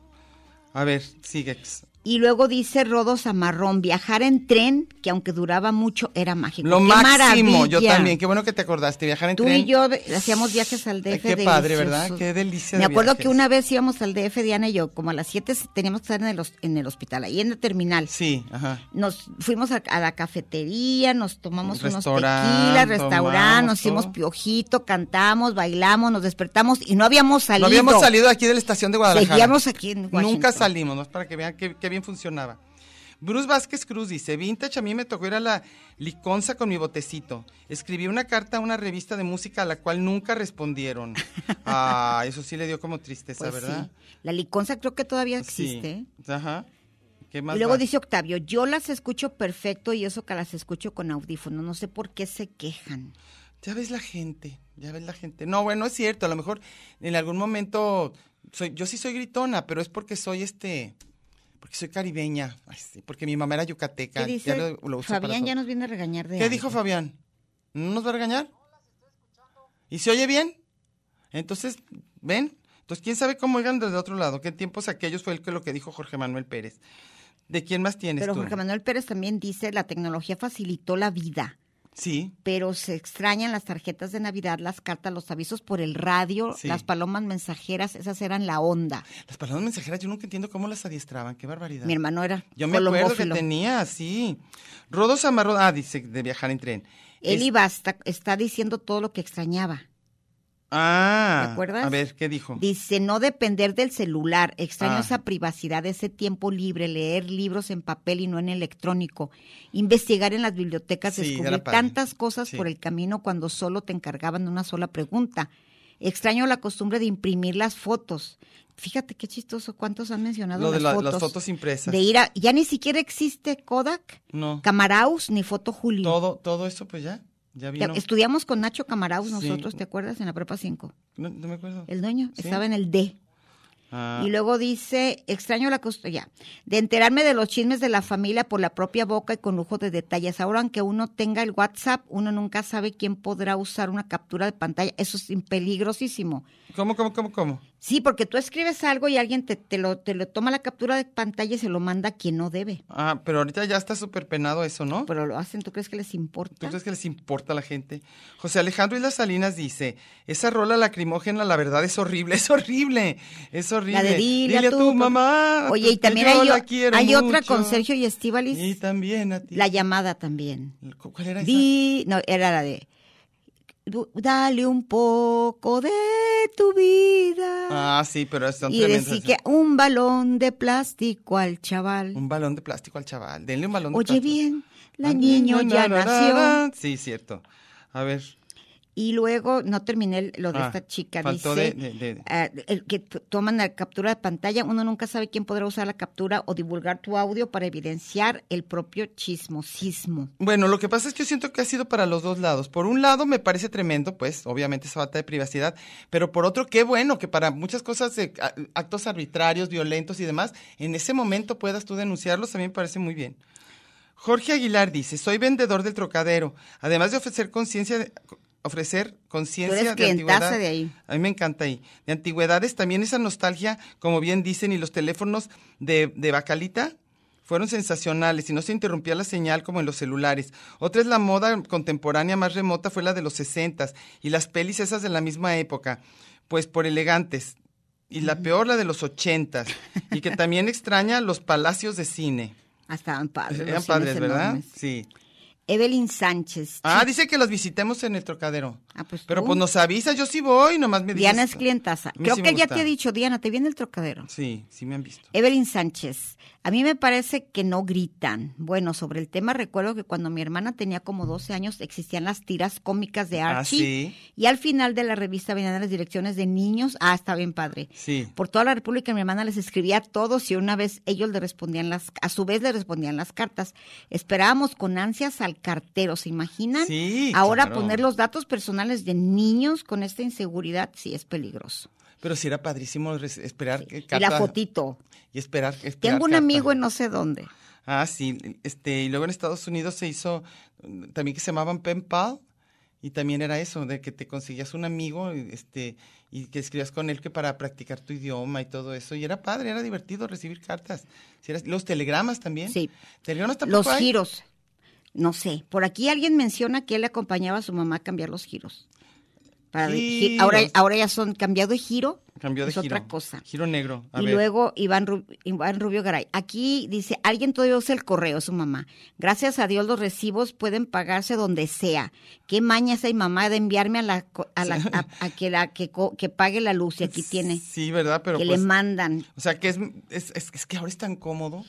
S5: A ver, sigue.
S2: Y luego dice Rodo Zamarrón, viajar en tren, que aunque duraba mucho, era mágico.
S5: Lo
S2: ¡Qué
S5: máximo, yo
S2: maravilla!
S5: también, qué bueno que te acordaste, viajar en
S2: Tú
S5: tren.
S2: y yo ve- hacíamos viajes al DF.
S5: Ay, qué padre, ¿verdad?
S2: deliciosos.
S5: Qué delicia
S2: Me
S5: de
S2: acuerdo
S5: viajes.
S2: que una vez íbamos al DF, Diana y yo, como a las 7 teníamos que estar en el, hos- en el hospital, ahí en la terminal.
S5: Sí, ajá.
S2: Nos fuimos a, a la cafetería, nos tomamos unos
S5: Restaurante,
S2: tequilas, restaurante,
S5: tomamos
S2: nos hicimos
S5: todo.
S2: piojito, cantamos, bailamos, nos despertamos y no habíamos
S5: No
S2: salido.
S5: habíamos salido aquí de la estación de Guadalajara.
S2: Seguíamos aquí en Washington.
S5: Nunca salimos, ¿no? Es Para que vean qué, qué bien funcionaba. Bruce Vázquez Cruz dice, vintage, a mí me tocó ir a la liconza con mi botecito. Escribí una carta a una revista de música a la cual nunca respondieron. Ah, eso sí le dio como tristeza,
S2: Pues
S5: ¿verdad?
S2: sí. La liconza creo que todavía
S5: Sí.
S2: existe. ¿eh?
S5: Ajá. ¿Qué más
S2: Y luego
S5: da?
S2: dice Octavio, yo las escucho perfecto y eso que las escucho con audífono. No sé por qué se quejan.
S5: Ya ves la gente, ya ves la gente. No, bueno, es cierto, a lo mejor en algún momento, soy, yo sí soy gritona, pero es porque soy este, porque soy caribeña, Ay, sí, porque mi mamá era yucateca.
S2: ¿Qué
S5: ya
S2: dice?
S5: lo- lo uso para
S2: Fabián
S5: todo.
S2: ya nos viene a regañar de
S5: ¿Qué
S2: algo.
S5: dijo Fabián? ¿No nos va a regañar? ¿Y se oye bien? Entonces, ¿ven? Entonces, ¿quién sabe cómo oigan desde otro lado? ¿Qué tiempos aquellos fue el que lo que dijo Jorge Manuel Pérez? ¿De quién más tienes
S2: Pero
S5: tú?
S2: Jorge Manuel Pérez también dice, la tecnología facilitó la vida,
S5: Sí,
S2: pero se extrañan las tarjetas de Navidad, las cartas, los avisos por el radio,
S5: Sí.
S2: las palomas mensajeras, esas eran la onda.
S5: las palabras mensajeras yo nunca entiendo cómo las adiestraban, qué barbaridad.
S2: Mi hermano era
S5: Yo me acuerdo que
S2: colombófilo.
S5: tenía, sí. Rodos amarró, ah, dice, de viajar en tren.
S2: Él
S5: Es-
S2: iba hasta, está diciendo todo lo que extrañaba.
S5: Ah.
S2: ¿Te acuerdas?
S5: A ver, ¿qué dijo?
S2: Dice, no depender del celular, extraño
S5: Ah.
S2: esa privacidad, ese tiempo libre, leer libros en papel y no en electrónico, investigar en las bibliotecas,
S5: Sí,
S2: descubrir
S5: era padre.
S2: tantas cosas
S5: Sí.
S2: por el camino cuando solo te encargaban de una sola pregunta. Extraño la costumbre de imprimir las fotos. Fíjate qué chistoso, cuántos han mencionado
S5: Lo
S2: las,
S5: de la-
S2: fotos,
S5: las fotos impresas.
S2: De ir a, ya ni siquiera existe Kodak,
S5: No.
S2: Camaraus ni Foto Julio.
S5: Todo, todo eso, pues ya. Ya
S2: Te-
S5: vino.
S2: Estudiamos con Nacho Camaraus
S5: Sí.
S2: nosotros, ¿te acuerdas? En la prepa 5.
S5: No, no me acuerdo.
S2: El dueño
S5: Sí.
S2: estaba en el D.
S5: Ah.
S2: Y luego dice, extraño la custodia, de enterarme de los chismes de la familia por la propia boca y con lujo de detalles. Ahora, aunque uno tenga el WhatsApp, uno nunca sabe quién podrá usar una captura de pantalla. Eso es peligrosísimo.
S5: ¿Cómo, cómo, cómo, cómo?
S2: Sí, porque tú escribes algo y alguien te, te lo, te lo toma la captura de pantalla y se lo manda a quien no debe.
S5: Ah, pero ahorita ya está súper penado eso, ¿no?
S2: Pero lo hacen, ¿tú crees que les
S5: ¿Tú
S2: importa?
S5: crees que les importa a la gente? José Alejandro Islas Salinas dice, esa rola lacrimógena, la verdad, es horrible, es horrible, es horrible.
S2: La de dile,
S5: a tu
S2: papá.
S5: mamá.
S2: Oye, y
S5: que
S2: también
S5: yo
S2: hay, o-
S5: la quiero
S2: hay otra
S5: mucho.
S2: con Sergio y Estíbalis,
S5: Y también a ti.
S2: La llamada también.
S5: ¿Cuál era esa?
S2: Di, no, era la de du- dale un poco de tu vida.
S5: Ah, sí, pero son
S2: y
S5: tremendas.
S2: decir que un balón de plástico al chaval.
S5: Un balón de plástico al chaval. Denle un balón de
S2: Oye
S5: plástico.
S2: bien, la
S5: Ah,
S2: niño ya
S5: na, na, na,
S2: nació.
S5: na. Sí, cierto. A ver.
S2: Y luego, no terminé el- lo de
S5: Ah,
S2: esta chica,
S5: faltó
S2: dice,
S5: de- de- de-
S2: ah, el que t- toman la captura de pantalla, uno nunca sabe quién podrá usar la captura o divulgar tu audio para evidenciar el propio chismosismo.
S5: Bueno, lo que pasa es que yo siento que ha sido para los dos lados. Por un lado, me parece tremendo, pues, obviamente, esa falta de privacidad. Pero por otro, qué bueno que para muchas cosas, eh, a- actos arbitrarios, violentos y demás, en ese momento puedas tú denunciarlos, a mí me parece muy bien. Jorge Aguilar dice: Soy vendedor del trocadero. Además de ofrecer conciencia. de- Ofrecer conciencia de
S2: clientaza
S5: antigüedad.
S2: de ahí.
S5: A mí me encanta ahí. De antigüedades, también esa nostalgia, como bien dicen, y los teléfonos de, de Bacalita fueron sensacionales y no se interrumpía la señal como en los celulares. Otra es la moda contemporánea más remota fue la de los 60 y las pelis esas de la misma época, pues por elegantes. Y la peor, la de los 80 y que también extraña los palacios de cine.
S2: Hasta en padres. Ah, los
S5: Eh, Eran
S2: cines
S5: padres, ¿verdad?
S2: enormes.
S5: Sí.
S2: Evelyn Sánchez.
S5: Ah,
S2: chi-
S5: dice que los visitemos en el trocadero.
S2: Ah, pues
S5: Pero
S2: tú.
S5: pues nos avisa, yo sí voy, nomás me dices.
S2: Diana es clientaza.
S5: mí
S2: Creo
S5: sí
S2: que
S5: me
S2: ya
S5: gusta.
S2: te he dicho, Diana, te viene el trocadero.
S5: Sí, sí me han visto.
S2: Evelyn Sánchez, a mí me parece que no gritan. Bueno, sobre el tema recuerdo que cuando mi hermana tenía como 12 años existían las tiras cómicas de
S5: Ah,
S2: Archie
S5: sí.
S2: y al final de la revista venían las direcciones de niños. Ah, está bien padre.
S5: Sí.
S2: Por toda la República mi hermana les escribía a todos y una vez ellos le respondían las, a su vez le respondían las cartas. Esperábamos con ansias al cartero, ¿se imaginan?
S5: Sí,
S2: Ahora
S5: claro.
S2: poner los datos personales de niños con esta inseguridad sí es peligroso.
S5: Pero sí era padrísimo res- esperar que
S2: Y la
S5: carta-
S2: fotito.
S5: Y esperar, esperar
S2: Tengo un
S5: carta.
S2: amigo en no sé dónde.
S5: Ah, sí. Este, y luego en Estados Unidos se hizo mm, también que se llamaban pen pal y también era eso, de que te conseguías un amigo este, y que escribías con él que para practicar tu idioma y todo eso. Y era padre, era divertido recibir cartas. Si eras- los telegramas también.
S2: Sí.
S5: Telegramas ¿Eh? tampoco
S2: Los
S5: hay.
S2: giros. No sé. Por aquí alguien menciona que él acompañaba a su mamá a cambiar los giros. Para de- gi-
S5: Giros.
S2: ahora, ahora ya son cambiado de giro.
S5: Cambió de
S2: es
S5: giro.
S2: otra cosa.
S5: Giro negro. A
S2: y
S5: ver.
S2: luego Iván, Ru- Iván Rubio Garay. Aquí dice, alguien todavía usa el correo, su mamá. Gracias a Dios los recibos pueden pagarse donde sea. Qué maña esa y mamá de enviarme a la co- a, la- a- a que la que, co- que pague la luz y aquí tiene
S5: Sí, ¿verdad? Pero
S2: que
S5: pues,
S2: le mandan.
S5: O sea, que es, es, es- es que ahora es tan cómodo.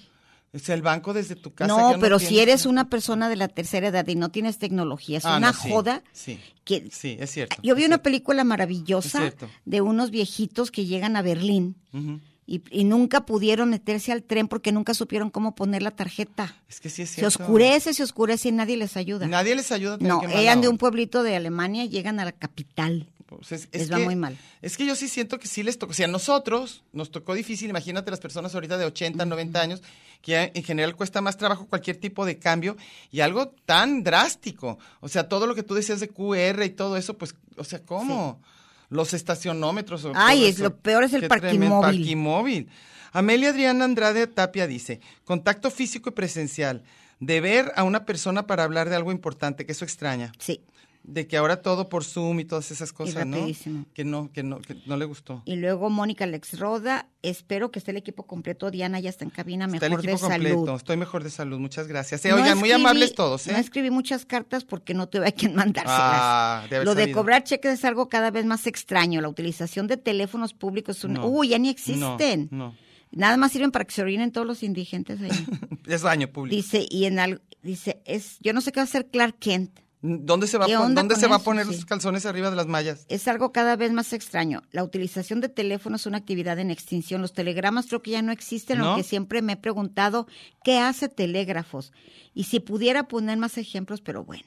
S5: O sea, el banco desde tu casa.
S2: No,
S5: ya
S2: pero
S5: tiene-
S2: si eres una persona de la tercera edad y no tienes tecnología, es
S5: Ah,
S2: una
S5: no, sí,
S2: joda
S5: Sí,
S2: que
S5: sí, es cierto.
S2: Yo vi
S5: es
S2: una
S5: cierto.
S2: película
S5: Es
S2: maravillosa
S5: cierto.
S2: de unos viejitos que llegan a Berlín
S5: Ujú.
S2: y, y nunca pudieron meterse al tren porque nunca supieron cómo poner la tarjeta.
S5: Es que sí es
S2: Se
S5: cierto.
S2: oscurece, se oscurece y nadie les ayuda.
S5: Nadie les ayuda.
S2: no,
S5: tener que
S2: eran
S5: mandar.
S2: de un pueblito de Alemania y llegan a la capital.
S5: Pues es,
S2: Les va muy mal.
S5: Es que yo sí siento que sí les tocó. O sea, a nosotros nos tocó difícil. Imagínate las personas ahorita de 80, 90 años, que ya en general cuesta más trabajo cualquier tipo de cambio y algo tan drástico. O sea, todo lo que tú decías de QR y todo eso, pues, o sea, ¿cómo? Los estacionómetros. o
S2: Ay,
S5: todo
S2: es
S5: eso.
S2: lo peor es el
S5: Qué
S2: parquimóvil.
S5: tremendo, parquimóvil. Amelia Adriana Andrade Tapia dice, contacto físico y presencial, de ver a una persona para hablar de algo importante, que eso extraña.
S2: Sí.
S5: De que ahora todo por Zoom y todas esas cosas, ¿no?
S2: rapidísimo.
S5: Que no, que no, que no le gustó.
S2: Y luego Mónica Lex Roda, espero que esté el equipo completo. Diana ya está en cabina, mejor
S5: Está el equipo
S2: de
S5: completo.
S2: salud.
S5: Estoy mejor de salud, muchas gracias. Eh,
S2: No
S5: oigan, muy
S2: escribí-
S5: amables todos, ¿eh?
S2: No escribí muchas cartas porque no tuve a quien mandárselas.
S5: Ah, de haber
S2: Lo de
S5: sabido.
S2: cobrar cheques es algo cada vez más extraño. La utilización de teléfonos públicos es una-
S5: No,
S2: Uy, ya ni
S5: no,
S2: existen.
S5: no.
S2: Nada más sirven para que se orinen todos los indigentes ahí.
S5: Es daño público.
S2: dice, y en algo, dice, es, yo no sé qué va a hacer Clark Kent.
S5: ¿Dónde se va, a
S2: ¿Qué
S5: pon-
S2: onda
S5: ¿dónde
S2: con
S5: se va a
S2: eso?
S5: poner
S2: Sí.
S5: los calzones arriba de las mallas?
S2: Es algo cada vez más extraño. La utilización de teléfonos es una actividad en extinción. Los telegramas creo que ya no existen,
S5: ¿No?
S2: aunque siempre me he preguntado qué hace telégrafos. Y si pudiera poner más ejemplos, pero bueno.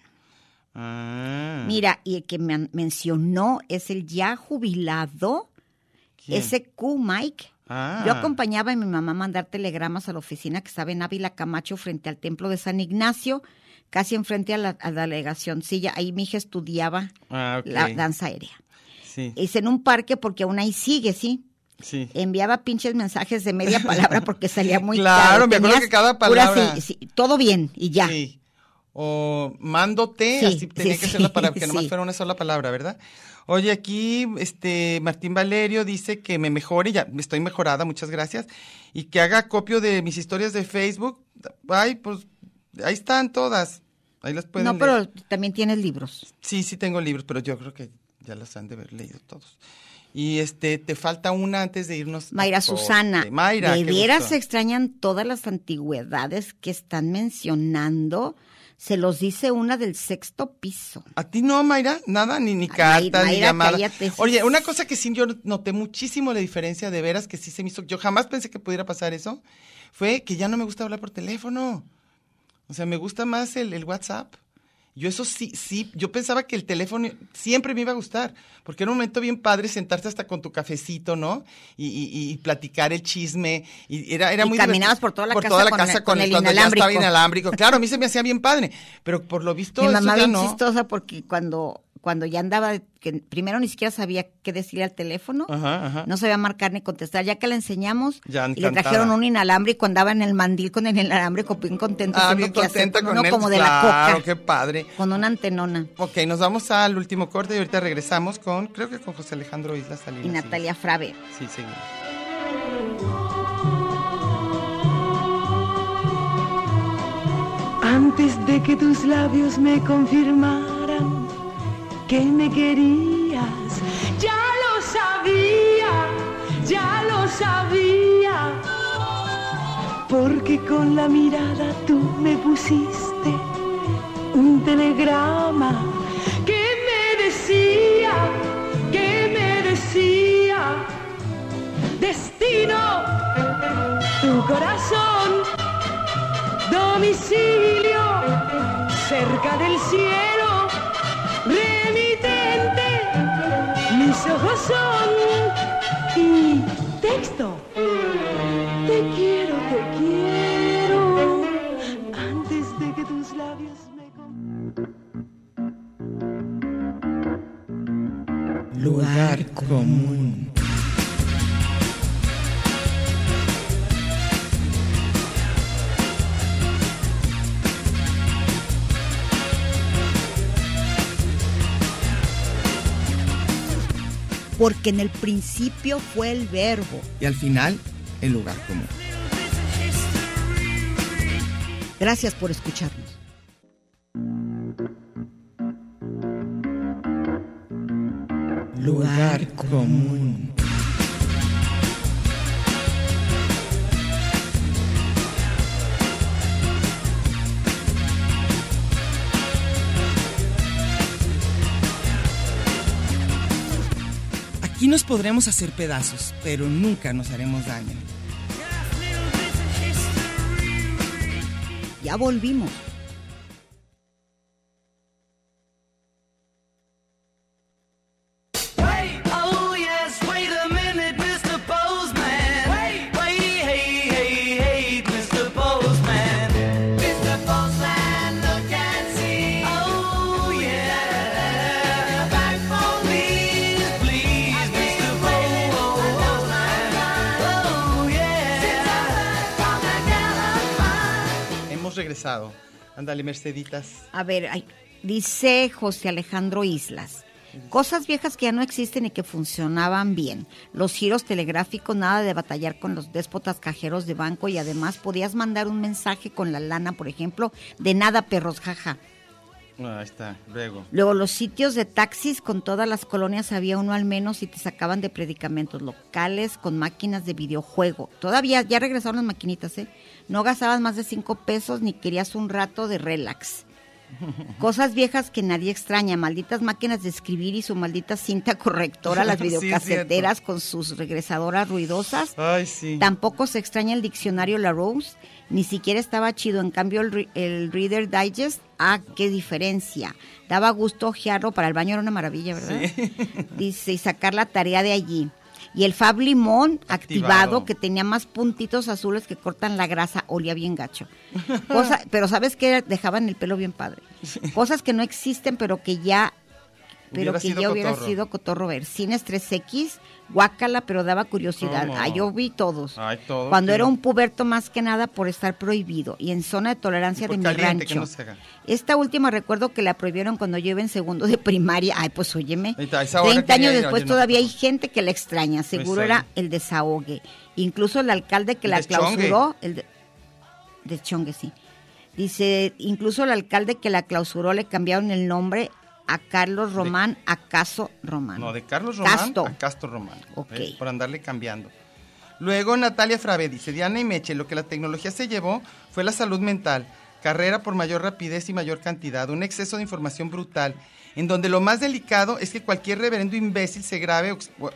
S5: Ah.
S2: Mira, y el que me mencionó es el ya jubilado
S5: ¿quién?
S2: SQ Mike.
S5: Ah.
S2: Yo acompañaba a mi mamá a mandar telegramas a la oficina que estaba en Ávila Camacho frente al templo de San Ignacio, casi enfrente a la, a la delegación Silla. Ahí mi hija estudiaba
S5: Ah, ok.
S2: la danza aérea.
S5: Sí,
S2: Es en un parque porque aún ahí sigue, ¿sí?
S5: sí.
S2: Enviaba pinches mensajes de media palabra porque salía muy
S5: Claro,
S2: caro.
S5: me acuerdo
S2: Tenías
S5: que cada
S2: pura
S5: palabra-
S2: sí- sí, todo bien y ya.
S5: Sí. O mándote,
S2: Sí,
S5: así tenía
S2: sí,
S5: que ser la
S2: sí,
S5: palabra, que nomás
S2: sí.
S5: fuera una sola palabra, ¿verdad? Oye, aquí este Martín Valerio dice que me mejore, ya estoy mejorada, muchas gracias, y que haga copio de mis historias de Facebook. Ay, pues ahí están todas. Ahí las pueden
S2: no,
S5: leer.
S2: pero también tienes libros.
S5: Sí, sí tengo libros, pero yo creo que ya las han de haber leído todos. Y este, te falta una antes de irnos. a
S2: Mayra
S5: corte.
S2: Susana,
S5: Oh, Mayra.
S2: de
S5: qué
S2: veras
S5: gusto.
S2: se extrañan todas las antigüedades que están mencionando. Se los dice una del sexto piso.
S5: A ti no, Mayra, nada, ni, ni
S2: Ay,
S5: carta, ni
S2: Mayra,
S5: llamada.
S2: cállate.
S5: Oye, una cosa que sí yo noté muchísimo la diferencia, de veras que sí se me hizo, yo jamás pensé que pudiera pasar eso, fue que ya no me gusta hablar por teléfono. O sea, me gusta más el, el WhatsApp. Yo eso sí, sí, yo pensaba que el teléfono siempre me iba a gustar, porque era un momento bien padre sentarte hasta con tu cafecito, ¿no? Y, y- y platicar el chisme. Y era, era
S2: Y
S5: muy
S2: caminabas
S5: divertido.
S2: por toda la
S5: por
S2: casa
S5: toda la
S2: con
S5: casa
S2: el-
S5: con,
S2: con
S5: el,
S2: el
S5: cuando ya estaba
S2: inalámbrico.
S5: inalámbrico. Claro, a mí se me hacía bien padre, pero por lo visto
S2: Mi
S5: eso
S2: mamá
S5: ya
S2: bien
S5: no.
S2: chistosa porque cuando, cuando ya andaba, que primero ni siquiera sabía qué decirle al teléfono,
S5: Ajá, ajá.
S2: no sabía marcar ni contestar. Ya que le enseñamos,
S5: Ya
S2: y le
S5: encantada.
S2: trajeron un inalámbrico, andaba en el mandil con el inalámbrico, bien contento.
S5: Ah,
S2: haciendo
S5: bien
S2: quehacer
S5: contenta con
S2: uno
S5: él.
S2: como de la
S5: claro,
S2: coca,
S5: qué Ah, padre.
S2: con una antenona.
S5: Ok, nos vamos al último corte y ahorita regresamos con, creo que con José Alejandro Islas Salinas.
S2: Y Natalia Frave.
S5: Sí, sí.
S9: Antes de que tus labios me confirmaran que me querías, ya lo sabía, ya lo sabía. Porque con la mirada tú me pusiste un telegrama que me decía, que me decía, destino, tu corazón domicilio, cerca del cielo, remitente, mis ojos son y texto. Te quiero, te quiero, antes de que tus labios me con-
S3: Lugar común.
S2: Porque en el principio fue el verbo.
S3: Y al final, el lugar común.
S2: Gracias por escucharnos.
S3: Lugar común. Aquí nos podremos hacer pedazos, pero nunca nos haremos daño.
S2: Ya volvimos.
S4: Oh yes, wait a minute, Mr. Postman. Wait, wait, hey, hey, hey, Mr. Postman. Mr. Postman, look and see. Oh yeah, back for me, please, Mr. Postman. Oh yeah.
S5: Hemos regresado. Ándale, Merceditas.
S2: A ver, ay, dice José Alejandro Islas. Cosas viejas que ya no existen y que funcionaban bien. Los giros telegráficos, nada de batallar con los déspotas cajeros de banco y además podías mandar un mensaje con la lana, por ejemplo, de nada perros, jaja.
S5: Ah, ahí está, luego.
S2: Luego los sitios de taxis con todas las colonias había uno al menos y te sacaban de predicamentos locales con máquinas de videojuego. Todavía ya regresaron las maquinitas, ¿eh? No gastabas más de cinco pesos ni querías un rato de relax. Cosas viejas que nadie extraña, malditas máquinas de escribir y su maldita cinta correctora, las
S5: Sí, es cierto.
S2: videocaseteras con sus regresadoras ruidosas.
S5: Ay, sí.
S2: Tampoco se extraña el diccionario La Rose, ni siquiera estaba chido. En cambio, el, re- el Reader Digest, ah, qué diferencia. Daba gusto ojearlo, para el baño era una maravilla, ¿verdad? Dice, y sacar la tarea de allí. Y el Fab Limón activado,
S5: Activado.
S2: que tenía más puntitos azules que cortan la grasa, olía bien gacho. Cosa- pero ¿sabes qué? Dejaban el pelo bien padre. Cosas que no existen, pero que ya pero
S5: Hubiera
S2: que
S5: sido
S2: ya hubiera
S5: cotorro.
S2: sido cotorro ver. Cines 3X, guácala, pero daba curiosidad.
S5: ¿Cómo?
S2: Ah, yo vi todos.
S5: Ay, todos,
S2: Cuando
S5: sí.
S2: era un puberto más que nada por estar prohibido y en zona de tolerancia
S5: Y por
S2: de mi
S5: caliente, que
S2: rancho.
S5: no se haga.
S2: Esta última recuerdo que la prohibieron cuando yo iba en segundo de primaria. Ay, pues óyeme.
S5: Ahí está, esa hora
S2: 30
S5: quería
S2: años
S5: ir,
S2: después
S5: oye, no,
S2: todavía
S5: por
S2: hay gente que la extraña. Seguro
S5: Pues,
S2: era
S5: ahí.
S2: el desahogue. Incluso el alcalde que
S5: El
S2: la
S5: deschongue.
S2: clausuró, el de, deschongue, sí. Dice, incluso el alcalde que la clausuró le cambiaron el nombre a Carlos Román, a Caso Román.
S5: No, de Carlos Román
S2: Casto.
S5: a Castro Román.
S2: Ok.
S5: ¿ves? Por andarle cambiando. Luego Natalia Frave dice, Diana y Meche, lo que la tecnología se llevó fue la salud mental, carrera por mayor rapidez y mayor cantidad, un exceso de información brutal, en donde lo más delicado es que cualquier reverendo imbécil se grave ox- o-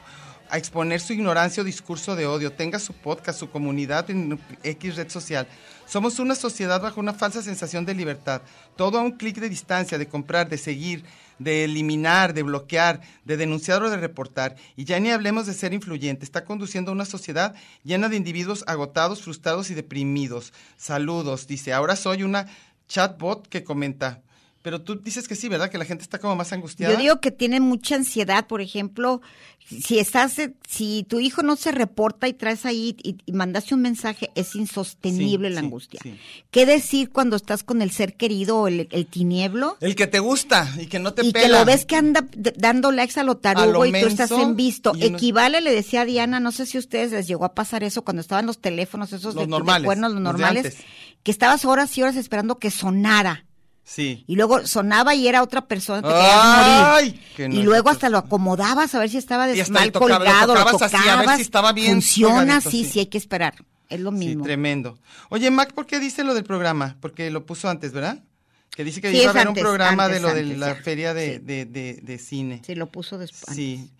S5: a exponer su ignorancia o discurso de odio, tenga su podcast, su comunidad en X red social. Somos una sociedad bajo una falsa sensación de libertad, todo a un clic de distancia, de comprar, de seguir, de eliminar, de bloquear, de denunciar o de reportar. Y ya ni hablemos de ser influyente. Está conduciendo a una sociedad llena de individuos agotados, frustrados y deprimidos. Saludos, dice. Ahora soy una chatbot que comenta. Pero tú dices que sí, ¿verdad? Que la gente está como más angustiada.
S2: Yo digo que tienen mucha ansiedad, por ejemplo, si estás, eh, si tu hijo no se reporta y traes ahí y, y mandaste un mensaje, es insostenible
S5: Sí,
S2: la
S5: sí,
S2: angustia.
S5: sí.
S2: ¿Qué decir cuando estás con el ser querido o el, el tinieblo?
S5: El que te gusta y que no te
S2: y
S5: pela.
S2: que lo ves que anda d- dando likes a lo tarugo y tú
S5: menso,
S2: estás en visto.
S5: y uno-
S2: Equivale, le decía a Diana, no sé si a ustedes les llegó a pasar eso cuando estaban los teléfonos, esos
S5: Los
S2: de, de
S5: normales,
S2: cuernos, los
S5: los de
S2: normales,
S5: antes.
S2: que estabas horas y horas esperando que sonara.
S5: Sí.
S2: Y luego sonaba y era otra persona, te querías
S5: ¡Ay!
S2: morir.
S5: Que no
S2: y
S5: es
S2: luego
S5: otra
S2: hasta lo acomodabas a ver si estaba
S5: Y
S2: des-
S5: hasta
S2: mal
S5: le tocaba- lo
S2: colgado,
S5: tocabas así, a ver si
S2: tocabas.
S5: estaba bien
S2: Funciona,
S5: colgadito,
S2: sí,
S5: sí.
S2: sí, hay que esperar. Es lo
S5: Sí,
S2: mismo.
S5: tremendo. Oye, Mac, ¿por qué dice lo del programa? Porque lo puso antes, ¿verdad? Que dice que
S2: Sí,
S5: iba a
S2: es
S5: haber
S2: antes,
S5: un programa
S2: antes,
S5: de lo de
S2: antes,
S5: la
S2: ya.
S5: feria de,
S2: Sí.
S5: de- de- de cine.
S2: sí, lo puso después.
S5: Sí.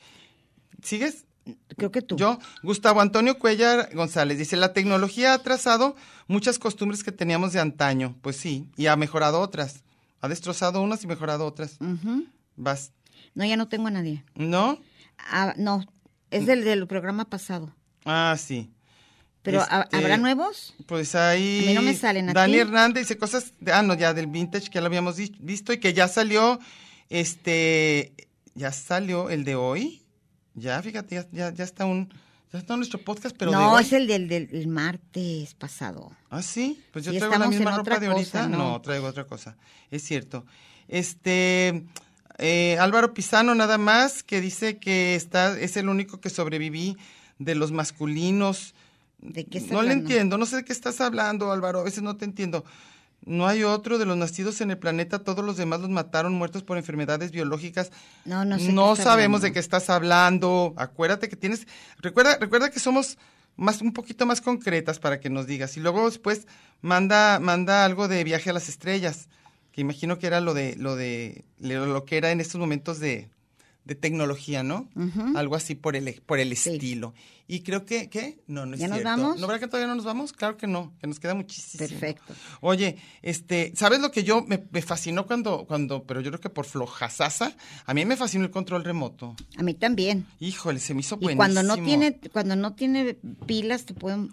S5: ¿Sigues?
S2: Creo que tú.
S5: Yo, Gustavo Antonio Cuellar González, dice, la tecnología ha trazado muchas costumbres que teníamos de antaño. Pues sí, y ha mejorado otras. Ha destrozado unas y mejorado otras.
S2: Ujú.
S5: Vas,
S2: No, ya no tengo a nadie.
S5: ¿no?
S2: Ah, no, es del, del programa pasado.
S5: Ah, sí.
S2: Pero ¿ha-
S5: Este,
S2: ¿habrá nuevos?
S5: Pues ahí.
S2: A mí no me salen, ¿a
S5: Dani
S2: ti?
S5: Hernández dice cosas. de- ah, no, ya del vintage que ya lo habíamos di- visto y que ya salió. Este. Ya salió el de hoy. Ya, fíjate, ya, ya, ya está un. Ya está nuestro podcast, pero. de
S2: no,
S5: hoy.
S2: es el del, del- del martes pasado.
S5: Ah, sí. Pues yo
S2: Sí,
S5: traigo la
S2: estamos en
S5: misma
S2: otra
S5: ropa de
S2: cosa,
S5: ahorita.
S2: ¿no?
S5: no. traigo otra cosa. Es cierto. Este. eh, Álvaro Pisano, nada más, que dice que está, es el único que sobreviví de los masculinos.
S2: ¿De qué se
S5: No le
S2: trata?
S5: entiendo, no sé de qué estás hablando, Álvaro, a veces no te entiendo. No hay otro de los nacidos en el planeta, todos los demás los mataron muertos por enfermedades biológicas.
S2: No, no sé qué está
S5: sabemos
S2: hablando.
S5: de qué estás hablando. Acuérdate que tienes recuerda recuerda que somos más un poquito más concretas para que nos digas y luego después manda manda algo de viaje a las estrellas, que imagino que era lo de lo de lo que era en estos momentos de de tecnología, ¿no?
S2: Ujú.
S5: Algo así por el por el
S2: Sí.
S5: estilo. Y creo que ¿qué? No, no es
S2: ¿Ya nos
S5: cierto.
S2: vamos?
S5: ¿No verá que todavía no nos vamos? Claro que no, que nos queda muchísimo.
S2: Perfecto.
S5: Oye, este, ¿sabes lo que yo me, me fascinó cuando, cuando, pero yo creo que por flojasasa, a mí me fascinó el control remoto.
S2: A mí también.
S5: Híjole, se me hizo
S2: Y
S5: buenísimo.
S2: cuando no tiene cuando no tiene pilas te pueden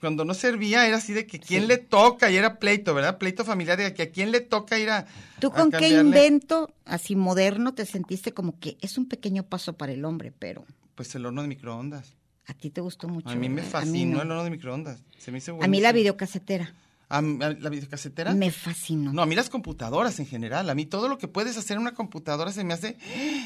S5: Cuando no servía era así de que quién le toca y era pleito, ¿verdad? Pleito familiar de que a quién le toca ir a
S2: ¿Tú
S5: a
S2: con qué
S5: cambiarle.
S2: invento así moderno te sentiste como que es un pequeño paso para el hombre, pero
S5: Pues el horno de microondas.
S2: a ti te gustó mucho?
S5: a mí me
S2: ¿verdad? A mí
S5: fascinó
S2: no.
S5: el horno de microondas. Se me hizo
S2: A mí la
S5: buenísimo.
S2: videocasetera
S5: A mí- a ¿La videocasetera?
S2: me fascinó.
S5: No, a mí las computadoras en general, a mí todo lo que puedes hacer en una computadora se me hace,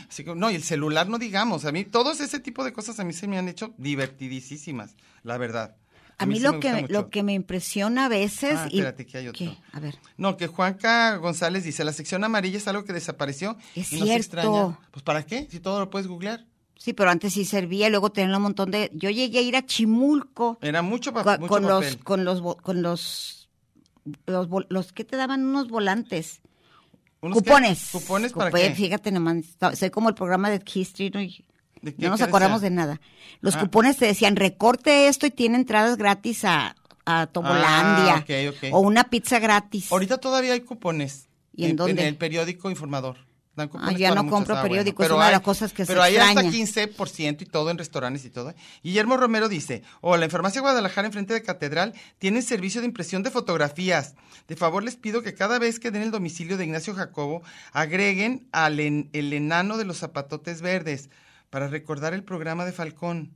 S5: así que, no, y el celular no digamos, a mí todos ese tipo de cosas a mí se me han hecho divertidísimas, la verdad.
S2: a mí,
S5: sí me
S2: lo que
S5: gusta
S2: me-
S5: mucho.
S2: lo que me impresiona a veces
S5: Ah,
S2: y-
S5: espérate, que hay otro.
S2: ¿Qué? A ver.
S5: No, que Juanca González dice, la sección amarilla es algo que desapareció
S2: Es
S5: y nos
S2: cierto.
S5: extraña. Pues ¿para qué? Si todo lo puedes googlear.
S2: Sí, pero antes sí servía, y luego tenían un montón de yo llegué a ir a Chimulco
S5: Era mucho, pa-
S2: con,
S5: Eh, mucho
S2: con los
S5: papel.
S2: con los bo- con los los, vol- los que te daban unos volantes.
S5: ¿Unos qué?
S2: Cupones.
S5: ¿Cupones para
S2: Cupé,
S5: qué?
S2: Fíjate nomás, está- soy como el programa de History, ¿no? Y
S5: ¿De qué-
S2: no nos
S5: qué
S2: acordamos
S5: decía?
S2: de nada. Los
S5: Ah.
S2: cupones te decían, recorte esto y tiene entradas gratis a, a Tomolandia.
S5: Ah, ok, ok.
S2: O una pizza gratis.
S5: Ahorita todavía hay cupones.
S2: ¿Y en dónde?
S5: el periódico Informador. Dan cupones
S2: Ah, ya
S5: para
S2: no
S5: muchas-
S2: compro
S5: ah, bueno,
S2: periódico, es una de
S5: hay-
S2: las cosas que se
S5: Pero hay hasta
S2: extraña.
S5: 15% y todo en restaurantes y todo. Guillermo Romero dice, o la Farmacia Guadalajara enfrente de Catedral tienen servicio de impresión de fotografías. De favor les pido que cada vez que den el domicilio de Ignacio Jacobo agreguen al en- el enano de los zapatotes verdes para recordar el programa de Falcón.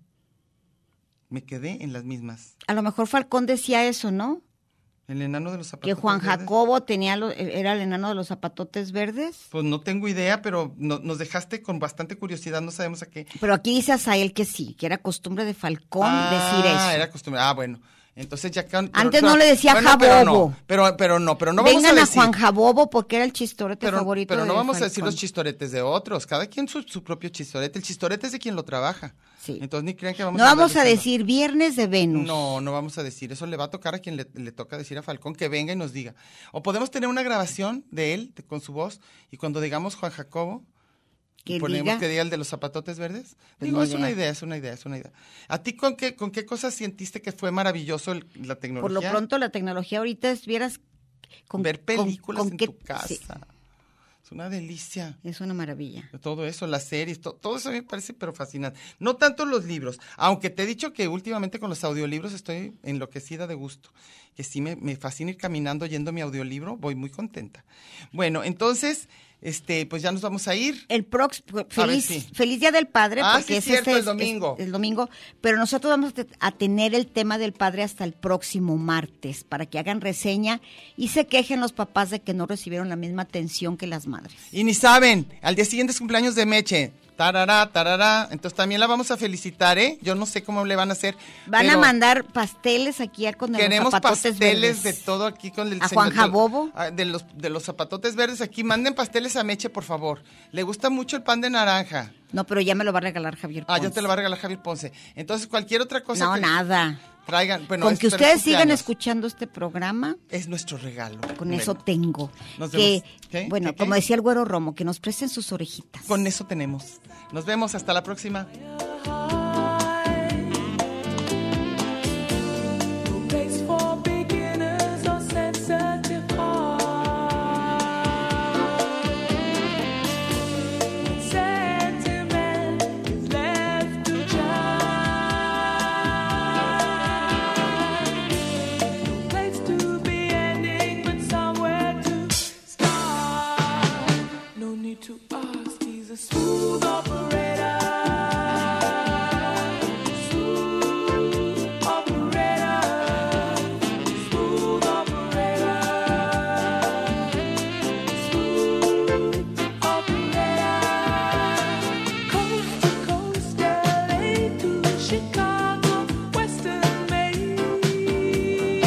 S5: Me quedé en las mismas.
S2: A lo mejor Falcón decía eso, ¿no?
S5: El enano de los zapatotes
S2: Que Juan
S5: verdes.
S2: Jacobo tenía lo- e, era el enano de los zapatotes verdes.
S5: Pues no tengo idea, pero no- nos dejaste con bastante curiosidad, no sabemos a qué.
S2: Pero aquí dice Azael que sí, que era costumbre de Falcón decir eso.
S5: Ah, era costumbre. Ah, bueno. Entonces ya can-
S2: Antes no le decía
S5: Pero
S2: Jabobo.
S5: no, pero, pero no, pero no vamos
S2: Vengan
S5: a
S2: a,
S5: decir.
S2: Juan Jabobo porque era el chistorete
S5: pero,
S2: favorito.
S5: pero no
S2: de
S5: vamos a
S2: Juan-
S5: decir los
S2: Juan-
S5: chistoretes de otros. Cada quien su, su propio chistorete. El chistorete es de quien lo trabaja.
S2: Sí.
S5: Entonces ni crean que vamos
S2: No
S5: a andar
S2: vamos a
S5: diciendo-
S2: decir Viernes de Venus.
S5: No, no vamos a decir. Eso le va a tocar a quien le, le toca decir a Falcón que venga y nos diga. O podemos tener una grabación de él de- con su voz y cuando digamos Juan Jacobo,
S2: Que
S5: ponemos
S2: diga-
S5: que diga el de los zapatotes verdes.
S2: Pues
S5: Digo,
S2: ni
S5: es una
S2: idea.
S5: idea, es una idea, es una idea. ¿A ti con qué, con qué cosas sentiste que fue maravilloso el- la tecnología?
S2: Por lo pronto la tecnología ahorita es vieras con
S5: Ver
S2: con-
S5: películas
S2: con
S5: en
S2: qué-
S5: tu casa.
S2: sí,
S5: Es una delicia.
S2: es una maravilla.
S5: Todo eso, las series, to- todo eso a mí me parece pero fascinante. No tanto los libros, aunque te he dicho que últimamente con los audiolibros estoy enloquecida de gusto, que sí me, me fascina ir caminando oyendo mi audiolibro, voy muy contenta. Bueno, entonces, este, pues ya nos vamos a ir.
S2: El próximo
S5: A ver,
S2: feliz
S5: sí.
S2: feliz día del padre
S5: Ah,
S2: porque
S5: sí,
S2: es
S5: cierto,
S2: este
S5: el
S2: es- es-
S5: domingo.
S2: el domingo, pero nosotros vamos a te- a tener el tema del padre hasta el próximo martes para que hagan reseña y se quejen los papás de que no recibieron la misma atención que las madres.
S5: Y ni saben, al día siguiente es cumpleaños de Meche. Tarará, tarará. Entonces también la vamos a felicitar, ¿eh? Yo no sé cómo le van a hacer.
S2: Van a
S5: pero
S2: mandar pasteles aquí a- con los
S5: Queremos
S2: zapatotes
S5: pasteles
S2: verdes.
S5: de todo aquí con el
S2: ¿A
S5: señor-
S2: Juan Jabobo?
S5: Ah, De los, de los zapatotes verdes aquí. Manden pasteles a Meche, por favor. Le gusta mucho el pan de naranja.
S2: No, pero ya me lo va a regalar Javier.
S5: Ah, ya
S2: Ponce.
S5: te lo va a regalar Javier Ponce. Entonces, cualquier otra cosa
S2: No,
S5: que
S2: nada.
S5: traigan. Bueno,
S2: con
S5: es
S2: que
S5: para
S2: ustedes sigan
S5: cumpleaños.
S2: escuchando este programa,
S5: Es nuestro regalo.
S2: con
S5: Bueno,
S2: eso tengo.
S5: Nos
S2: que,
S5: vemos. ¿Qué?
S2: bueno,
S5: ¿Qué, qué?
S2: como decía el güero Romo, que nos presten sus orejitas.
S5: Con eso tenemos. Nos vemos. Hasta la próxima.
S9: place for beginners or sensitive hearts. Sentiment is left to chance. No place to be ending, but somewhere to start. No need to ask, he's a smooth operator. Smooth operator. Smooth operator. Smooth operator. Coast to coast, LA to Chicago, Western Maine.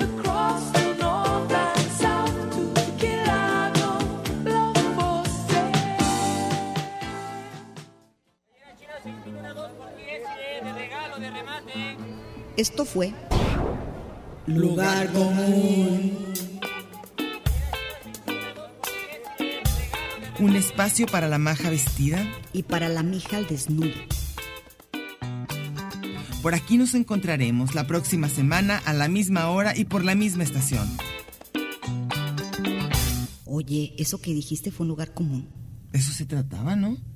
S9: Across the north and south to Chicago, love for sale.
S2: Esto fue
S3: Lugar común. Un espacio para la maja vestida.
S2: Y para la mija al desnudo.
S3: Por aquí nos encontraremos la próxima semana a la misma hora y por la misma estación.
S2: Oye, eso que dijiste fue un lugar común.
S3: De eso se trataba, ¿no?